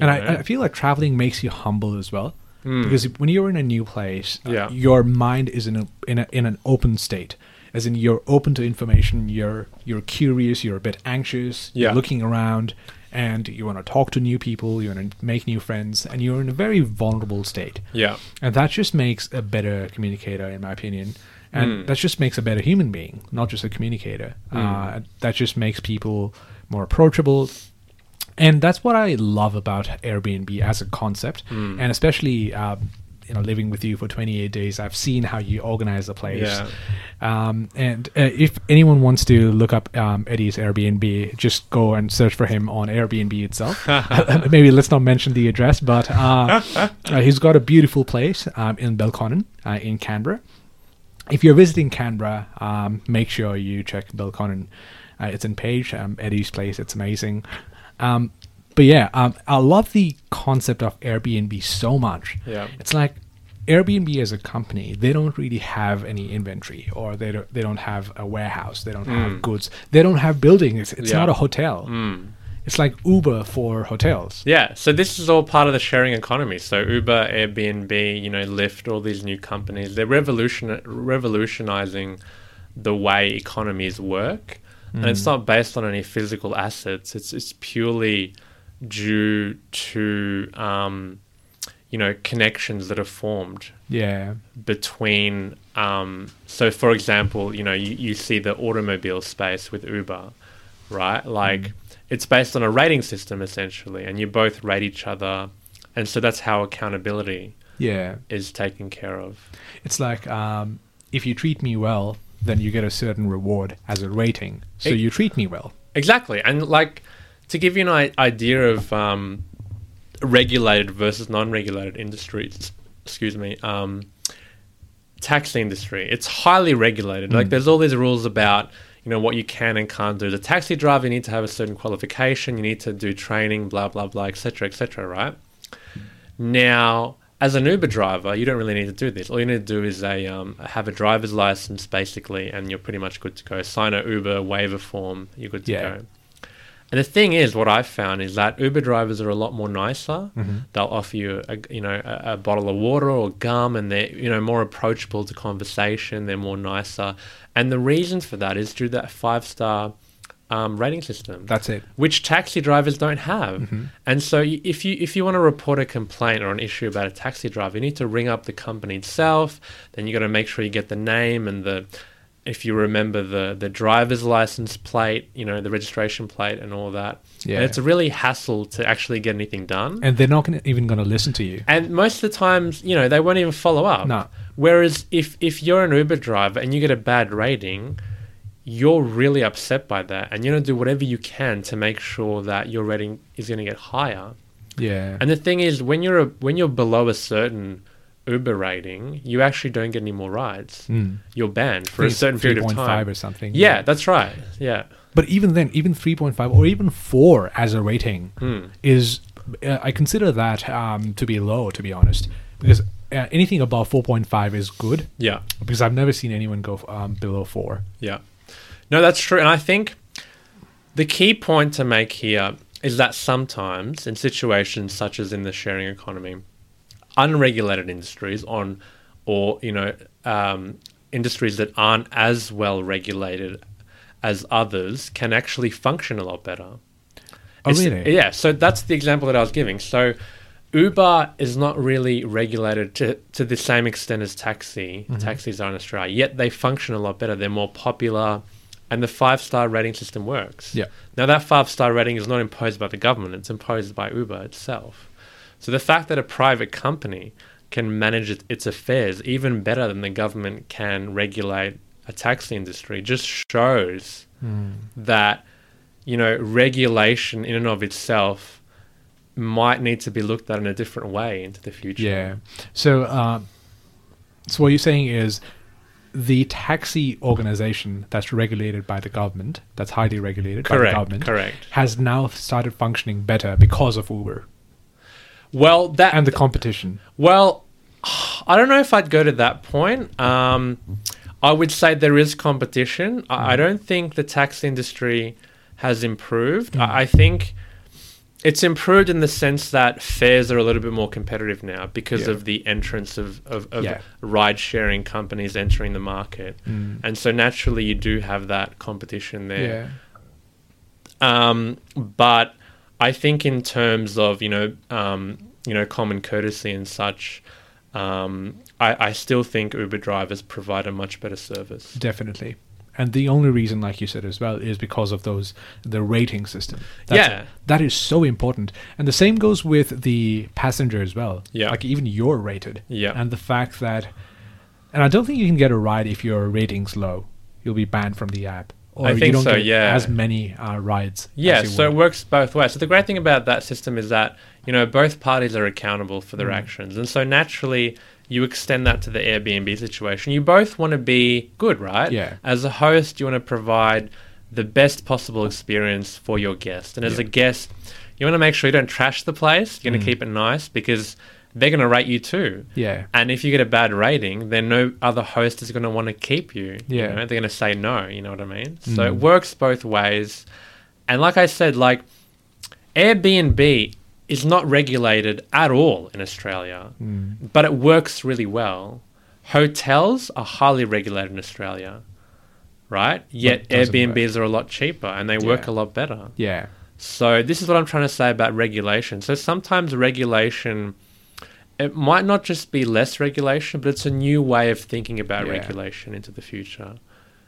[SPEAKER 2] And
[SPEAKER 3] You know?
[SPEAKER 2] I,
[SPEAKER 3] Hmm.
[SPEAKER 2] I feel like traveling makes you humble as well. Because if- when you're in a new place, uh,
[SPEAKER 3] Yeah.
[SPEAKER 2] your mind is in a, in a in an open state. As in you're open to information, you're you're curious, you're a bit anxious,
[SPEAKER 3] Yeah.
[SPEAKER 2] you're looking around and you want to talk to new people, you want to make new friends, and you're in a very vulnerable state.
[SPEAKER 3] Yeah.
[SPEAKER 2] And that just makes a better communicator, in my opinion. And that just makes a better human being, not just a communicator. Uh, that just makes people more approachable. And that's what I love about Airbnb as a concept. And especially, um, you know, living with you for 28 days, I've seen how you organize the place.
[SPEAKER 3] Yeah.
[SPEAKER 2] Um, and uh, if anyone wants to look up um, Eddie's Airbnb, just go and search for him on Airbnb itself. Maybe let's not mention the address, but uh, uh, he's got a beautiful place um, in Belconnen uh, in Canberra. If you're visiting Canberra, um, make sure you check Belconnen. Uh, it's in Page, um, Eddie's place. It's amazing. Um, but yeah, um, I love the concept of Airbnb so much
[SPEAKER 3] Yeah.
[SPEAKER 2] it's like Airbnb as a company, they don't really have any inventory, or they don't they don't have a warehouse, they don't have goods, they don't have buildings. It's
[SPEAKER 3] Mm. Yeah. Mm.
[SPEAKER 2] not a hotel. It's like Uber for hotels.
[SPEAKER 3] Yeah, so this is all part of the sharing economy. So Uber, Airbnb, you know, Lyft, all these new companies, they're revolution revolutionizing the way economies work, and
[SPEAKER 2] Mm.
[SPEAKER 3] it's not based on any physical assets. It's it's purely due to um, you know connections that are formed
[SPEAKER 2] Yeah.
[SPEAKER 3] between um, so for example you know you, you see the automobile space with uber right like it's based on a rating system essentially and you both rate each other and so that's how accountability
[SPEAKER 2] Yeah.
[SPEAKER 3] is taken care of
[SPEAKER 2] It's like um, if you treat me well, then you get a certain reward as a rating. So
[SPEAKER 3] It-
[SPEAKER 2] you treat me well.
[SPEAKER 3] exactly and like to give you an i- idea of um, regulated versus non-regulated industries excuse me um, taxi industry. It's highly regulated. Like there's all these rules about you know what you can and can't do. As a taxi driver, you need to have a certain qualification. You need to do training, blah blah blah, etc. etc. right now, as an Uber driver, you don't really need to do this. All you need to do is a um, have a driver's license basically, and you're pretty much good to go. Sign a Uber waiver form. You're good to
[SPEAKER 2] Yeah.
[SPEAKER 3] go. And the thing is, what I've found is that Uber drivers are a lot more nicer. They'll offer you, a, you know, a, a bottle of water or gum, and they're, you know, more approachable to conversation. They're more nicer, and the reason for that is due to that five star um, rating system
[SPEAKER 2] That's it.
[SPEAKER 3] which taxi drivers don't have. And so y- if you if you want to report a complaint or an issue about a taxi driver, you need to ring up the company itself. Then you got to make sure you get the name and the if you remember the the driver's license plate, you know, the registration plate and all that.
[SPEAKER 2] Yeah.
[SPEAKER 3] And it's a really hassle to actually get anything done.
[SPEAKER 2] And they're not gonna, even going to listen to you.
[SPEAKER 3] And most of the times, you know, they won't even follow up.
[SPEAKER 2] No.
[SPEAKER 3] Whereas if if you're an Uber driver and you get a bad rating, you're really upset by that, and you're gonna do whatever you can to make sure that your rating is gonna get higher.
[SPEAKER 2] Yeah.
[SPEAKER 3] And the thing is, when you're a, when you're below a certain Uber rating, you actually don't get any more rides.
[SPEAKER 2] Mm.
[SPEAKER 3] You're banned for
[SPEAKER 2] Three-
[SPEAKER 3] a certain period of
[SPEAKER 2] 3.5
[SPEAKER 3] time.
[SPEAKER 2] or something.
[SPEAKER 3] yeah, that's right. Yeah.
[SPEAKER 2] But even then, even 3.5 or even 4 as a rating
[SPEAKER 3] Hmm.
[SPEAKER 2] is, uh, I consider that um, to be low, to be honest. Because uh, anything above 4.5 is good.
[SPEAKER 3] Yeah.
[SPEAKER 2] Because I've never seen anyone go um, below 4.
[SPEAKER 3] Yeah. No, that's true. And I think the key point to make here is that sometimes in situations such as in the sharing economy, unregulated industries on or you know um, industries that aren't as well regulated as others can actually function a lot better.
[SPEAKER 2] Oh,
[SPEAKER 3] It's-
[SPEAKER 2] really?
[SPEAKER 3] Yeah. So that's the example that I was giving. So Uber is not really regulated to, to the same extent as taxi. Taxis are in Australia, yet they function a lot better. They're more popular, and the five star rating system works.
[SPEAKER 2] Yeah.
[SPEAKER 3] Now that five star rating is not imposed by the government; it's imposed by Uber itself. So the fact that a private company can manage it, its affairs even better than the government can regulate a taxi industry just shows
[SPEAKER 2] Hmm.
[SPEAKER 3] that you know regulation in and of itself might need to be looked at in a different way into the future.
[SPEAKER 2] Yeah. So, uh, so what you're saying is the taxi organization that's regulated by the government, that's highly regulated by the
[SPEAKER 3] Correct,
[SPEAKER 2] government,
[SPEAKER 3] correct.
[SPEAKER 2] has now started functioning better because of Uber
[SPEAKER 3] Well, that
[SPEAKER 2] and the competition.
[SPEAKER 3] Well, I don't know if I'd go to that point. Um, I would say there is competition. I,
[SPEAKER 2] Mm.
[SPEAKER 3] I don't think the tax industry has improved.
[SPEAKER 2] Mm.
[SPEAKER 3] I, I think it's improved in the sense that fares are a little bit more competitive now because
[SPEAKER 2] Yeah.
[SPEAKER 3] of the entrance of, of, of
[SPEAKER 2] Yeah. Mm.
[SPEAKER 3] ride sharing companies entering the market. And so naturally, you do have that competition there. Um, but I think in terms of you know um, you know common courtesy and such, um, I, I still think Uber drivers provide a much better service.
[SPEAKER 2] Definitely. And the only reason, like you said as well, is because of those the rating system. That's
[SPEAKER 3] Yeah.
[SPEAKER 2] that is so important. And the same goes with the passenger as well.
[SPEAKER 3] Yeah.
[SPEAKER 2] like even you're rated.
[SPEAKER 3] Yeah.
[SPEAKER 2] and the fact that, and I don't think you can get a ride if your rating's low. You'll be banned from the app, or
[SPEAKER 3] I
[SPEAKER 2] you
[SPEAKER 3] think
[SPEAKER 2] don't
[SPEAKER 3] so,
[SPEAKER 2] get
[SPEAKER 3] yeah.
[SPEAKER 2] as many uh, rides.
[SPEAKER 3] Yeah,
[SPEAKER 2] as you
[SPEAKER 3] so it
[SPEAKER 2] would.
[SPEAKER 3] works both ways. So the great thing about that system is that you know both parties are accountable for
[SPEAKER 2] Mm.
[SPEAKER 3] their actions, and so naturally you extend that to the Airbnb situation. You both want to be good, right?
[SPEAKER 2] Yeah.
[SPEAKER 3] As a host, you want to provide the best possible experience for your guest, and as a guest, you want to make sure you don't trash the place. You're going
[SPEAKER 2] Mm.
[SPEAKER 3] to keep it nice because they're going to rate you too.
[SPEAKER 2] Yeah.
[SPEAKER 3] And if you get a bad rating, then no other host is going to want to keep you. you
[SPEAKER 2] Yeah. Mm.
[SPEAKER 3] know? they're going to say no. You know what I mean? So it works both ways. And like I said, like Airbnb is not regulated at all in Australia,
[SPEAKER 2] Mm.
[SPEAKER 3] but it works really well. Hotels are highly regulated in Australia, right? Yet
[SPEAKER 2] it doesn't
[SPEAKER 3] Airbnbs are a lot cheaper and they work
[SPEAKER 2] Yeah.
[SPEAKER 3] a lot better.
[SPEAKER 2] Yeah.
[SPEAKER 3] So this is what I'm trying to say about regulation. So sometimes regulation it might not just be less regulation, but it's a new way of thinking about
[SPEAKER 2] Yeah. Hmm.
[SPEAKER 3] regulation into the future.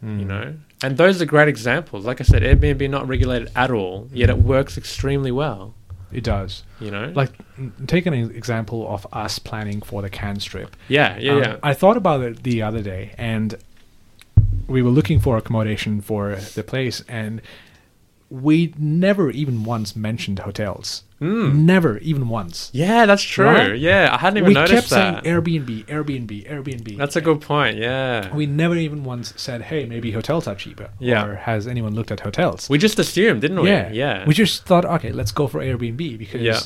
[SPEAKER 3] You know? And those are great examples. Like I said, Airbnb not regulated at all, yet it works extremely well,
[SPEAKER 2] It does.
[SPEAKER 3] you know?
[SPEAKER 2] Like, mm, take an example of us planning for the can strip.
[SPEAKER 3] yeah, yeah,
[SPEAKER 2] Um,
[SPEAKER 3] yeah.
[SPEAKER 2] I thought about it the other day, and we were looking for accommodation for the place, and we never even once mentioned hotels. Never even once.
[SPEAKER 3] yeah, that's true.
[SPEAKER 2] Right?
[SPEAKER 3] Yeah, Hmm. I hadn't even
[SPEAKER 2] we
[SPEAKER 3] noticed
[SPEAKER 2] kept
[SPEAKER 3] that.
[SPEAKER 2] saying Airbnb, Airbnb, Airbnb.
[SPEAKER 3] that's a good point. Yeah.
[SPEAKER 2] we
[SPEAKER 3] We,
[SPEAKER 2] never even once said, "Hey, maybe hotels are cheaper."
[SPEAKER 3] Yeah.
[SPEAKER 2] Or has anyone looked at hotels?
[SPEAKER 3] just assumed, didn't we?
[SPEAKER 2] yeah,
[SPEAKER 3] Yeah.
[SPEAKER 2] We just thought, okay, let's go for Airbnb because
[SPEAKER 3] Yeah.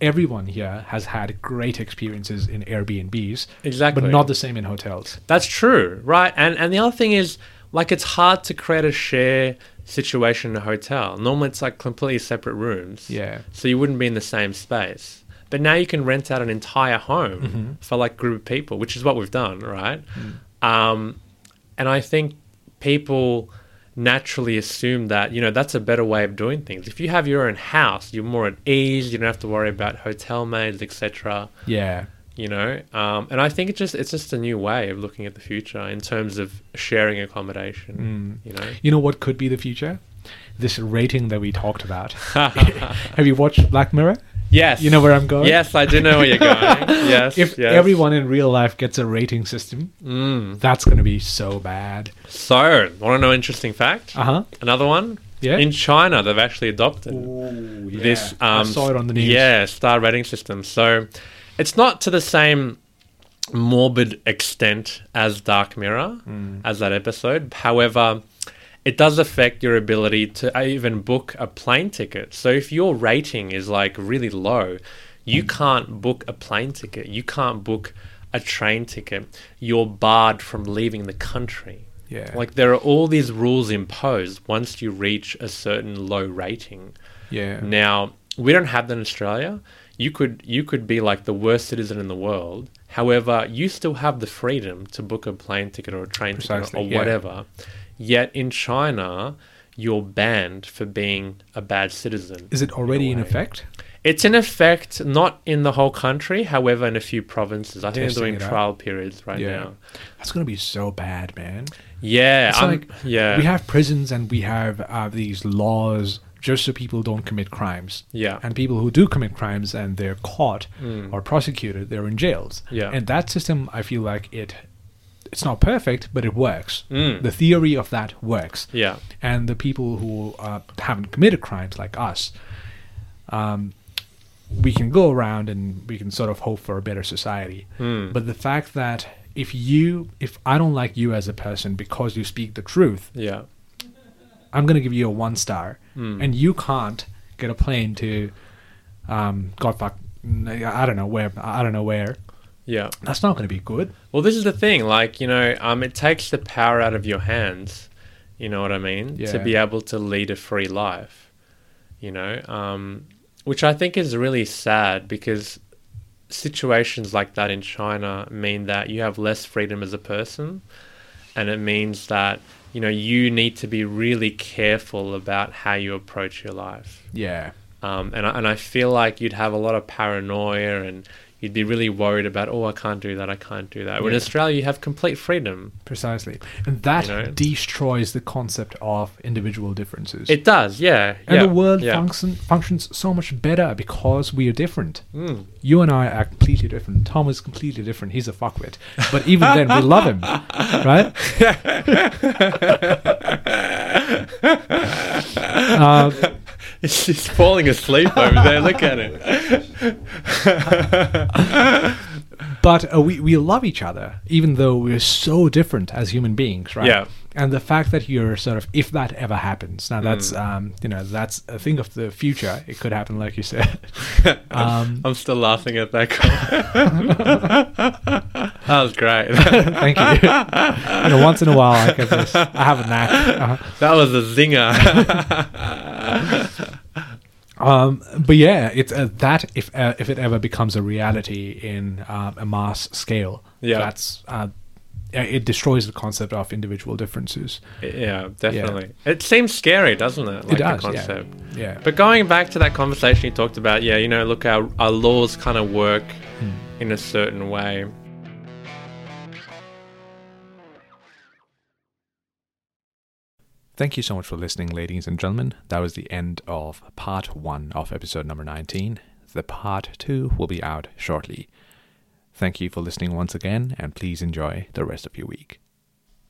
[SPEAKER 2] everyone here has had great experiences in Airbnbs,
[SPEAKER 3] Exactly.
[SPEAKER 2] but not the same in hotels.
[SPEAKER 3] That's true, right? And and the other thing is, like, it's hard to create a share situation in a hotel. Normally, it's like completely separate rooms.
[SPEAKER 2] Yeah.
[SPEAKER 3] So you wouldn't be in the same space. But now you can rent out an entire home for like group of people, which is what we've done, right? Um, and I think people naturally assume that you know that's a better way of doing things. If you have your own house, you're more at ease. You don't have to worry about hotel maids, etc
[SPEAKER 2] Yeah.
[SPEAKER 3] you know um, and i think it's just it's just a new way of looking at the future in terms of sharing accommodation
[SPEAKER 2] Mm.
[SPEAKER 3] you know
[SPEAKER 2] You know what could be the future? This rating that we talked about. Have you watched Black Mirror?
[SPEAKER 3] Uh, yes
[SPEAKER 2] You know where I'm going?
[SPEAKER 3] yes i do know where you're going yes
[SPEAKER 2] If
[SPEAKER 3] yes. Mm.
[SPEAKER 2] everyone in real life gets a rating system, that's going to be so bad.
[SPEAKER 3] so want to know an interesting fact
[SPEAKER 2] Uh huh.
[SPEAKER 3] another one
[SPEAKER 2] Yeah.
[SPEAKER 3] in china they've actually adopted this um,
[SPEAKER 2] I saw it on the news.
[SPEAKER 3] yeah star rating system so it's not to the same morbid extent as dark mirror
[SPEAKER 2] Hmm.
[SPEAKER 3] as that episode however it does affect your ability to uh, even book a plane ticket so if your rating is like really low you
[SPEAKER 2] Hmm.
[SPEAKER 3] can't book a plane ticket you can't book a train ticket you're barred from leaving the country
[SPEAKER 2] Yeah.
[SPEAKER 3] like there are all these rules imposed once you reach a certain low rating
[SPEAKER 2] Yeah.
[SPEAKER 3] now we don't have that in Australia. You could you could be like the worst citizen in the world. However, you still have the freedom to book a plane ticket or a train ticket
[SPEAKER 2] Precisely,
[SPEAKER 3] or
[SPEAKER 2] yeah.
[SPEAKER 3] whatever. Yet in China, you're banned for being a bad citizen.
[SPEAKER 2] Is it already in
[SPEAKER 3] way.
[SPEAKER 2] effect?
[SPEAKER 3] It's in effect not in the whole country, however, in a few provinces. I
[SPEAKER 2] Testing
[SPEAKER 3] think they're doing
[SPEAKER 2] it out.
[SPEAKER 3] trial periods right now.
[SPEAKER 2] That's going to be so bad, man.
[SPEAKER 3] Yeah,
[SPEAKER 2] It's
[SPEAKER 3] I'm-
[SPEAKER 2] like
[SPEAKER 3] yeah,
[SPEAKER 2] we have prisons and we have uh, these laws just so people don't commit crimes.
[SPEAKER 3] Yeah. Mm.
[SPEAKER 2] And people who do commit crimes and they're caught or prosecuted, they're in jails.
[SPEAKER 3] Yeah.
[SPEAKER 2] And that system, I feel like it, it's not perfect, but it works.
[SPEAKER 3] Mm.
[SPEAKER 2] The theory of that works.
[SPEAKER 3] yeah.
[SPEAKER 2] And the people who uh, haven't committed crimes like us, um, we can go around and we can sort of hope for a better society.
[SPEAKER 3] Mm.
[SPEAKER 2] But the fact that if you, if I don't like you as a person because you speak the truth,
[SPEAKER 3] Yeah.
[SPEAKER 2] I'm going to give you a one star,
[SPEAKER 3] Hmm.
[SPEAKER 2] and you can't get a plane to, um, God fuck, I don't know where, I don't know where.
[SPEAKER 3] Yeah.
[SPEAKER 2] That's not going to be good.
[SPEAKER 3] Well, this is the thing. Like, you know, um, it takes the power out of your hands. You know what I mean?
[SPEAKER 2] Yeah.
[SPEAKER 3] To be able to lead a free life. You know, um, which I think is really sad because situations like that in China mean that you have less freedom as a person, and it means that you know you need to be really careful about how you approach your life.
[SPEAKER 2] Yeah,
[SPEAKER 3] Um, and, I, and I feel like you'd have a lot of paranoia and you'd be really worried about, oh, I can't do that, I can't do that. When in
[SPEAKER 2] Yeah.
[SPEAKER 3] Australia, you have complete freedom.
[SPEAKER 2] precisely, and that
[SPEAKER 3] You know?
[SPEAKER 2] destroys the concept of individual differences.
[SPEAKER 3] It does, yeah.
[SPEAKER 2] and
[SPEAKER 3] yeah,
[SPEAKER 2] the world
[SPEAKER 3] yeah.
[SPEAKER 2] function, functions so much better because we are different.
[SPEAKER 3] Mm.
[SPEAKER 2] You and I are completely different. Tom is completely different. He's a fuckwit, but even then, we love him, right? um,
[SPEAKER 3] She's falling asleep over there. Look at it.
[SPEAKER 2] but uh, we, we love each other even though we're so different as human beings right
[SPEAKER 3] Yeah.
[SPEAKER 2] and the fact that you're sort of if that ever happens now that's
[SPEAKER 3] Mm.
[SPEAKER 2] um you know that's a thing of the future it could happen like you said um
[SPEAKER 3] I'm still laughing at that. comment. that was great. that
[SPEAKER 2] thank you you know once in a while i get this i have a knack uh
[SPEAKER 3] was a zinger.
[SPEAKER 2] um but yeah it's uh, that if uh, if it ever becomes a reality in um, a mass scale
[SPEAKER 3] Yeah.
[SPEAKER 2] that's uh
[SPEAKER 5] it destroys the concept of individual differences.
[SPEAKER 3] Yeah, definitely. It seems scary, doesn't it? Like
[SPEAKER 5] does,
[SPEAKER 3] the
[SPEAKER 5] yeah.
[SPEAKER 3] concept.
[SPEAKER 5] Yeah.
[SPEAKER 3] But going back to that conversation you talked about, yeah, you know, look, our, our laws kind of work
[SPEAKER 2] Hmm.
[SPEAKER 3] in a certain way.
[SPEAKER 2] Thank you so much for listening, ladies and gentlemen. That was the end of part one of episode number 19. The part two will be out shortly. Thank you for listening once again, and please enjoy the rest of your week.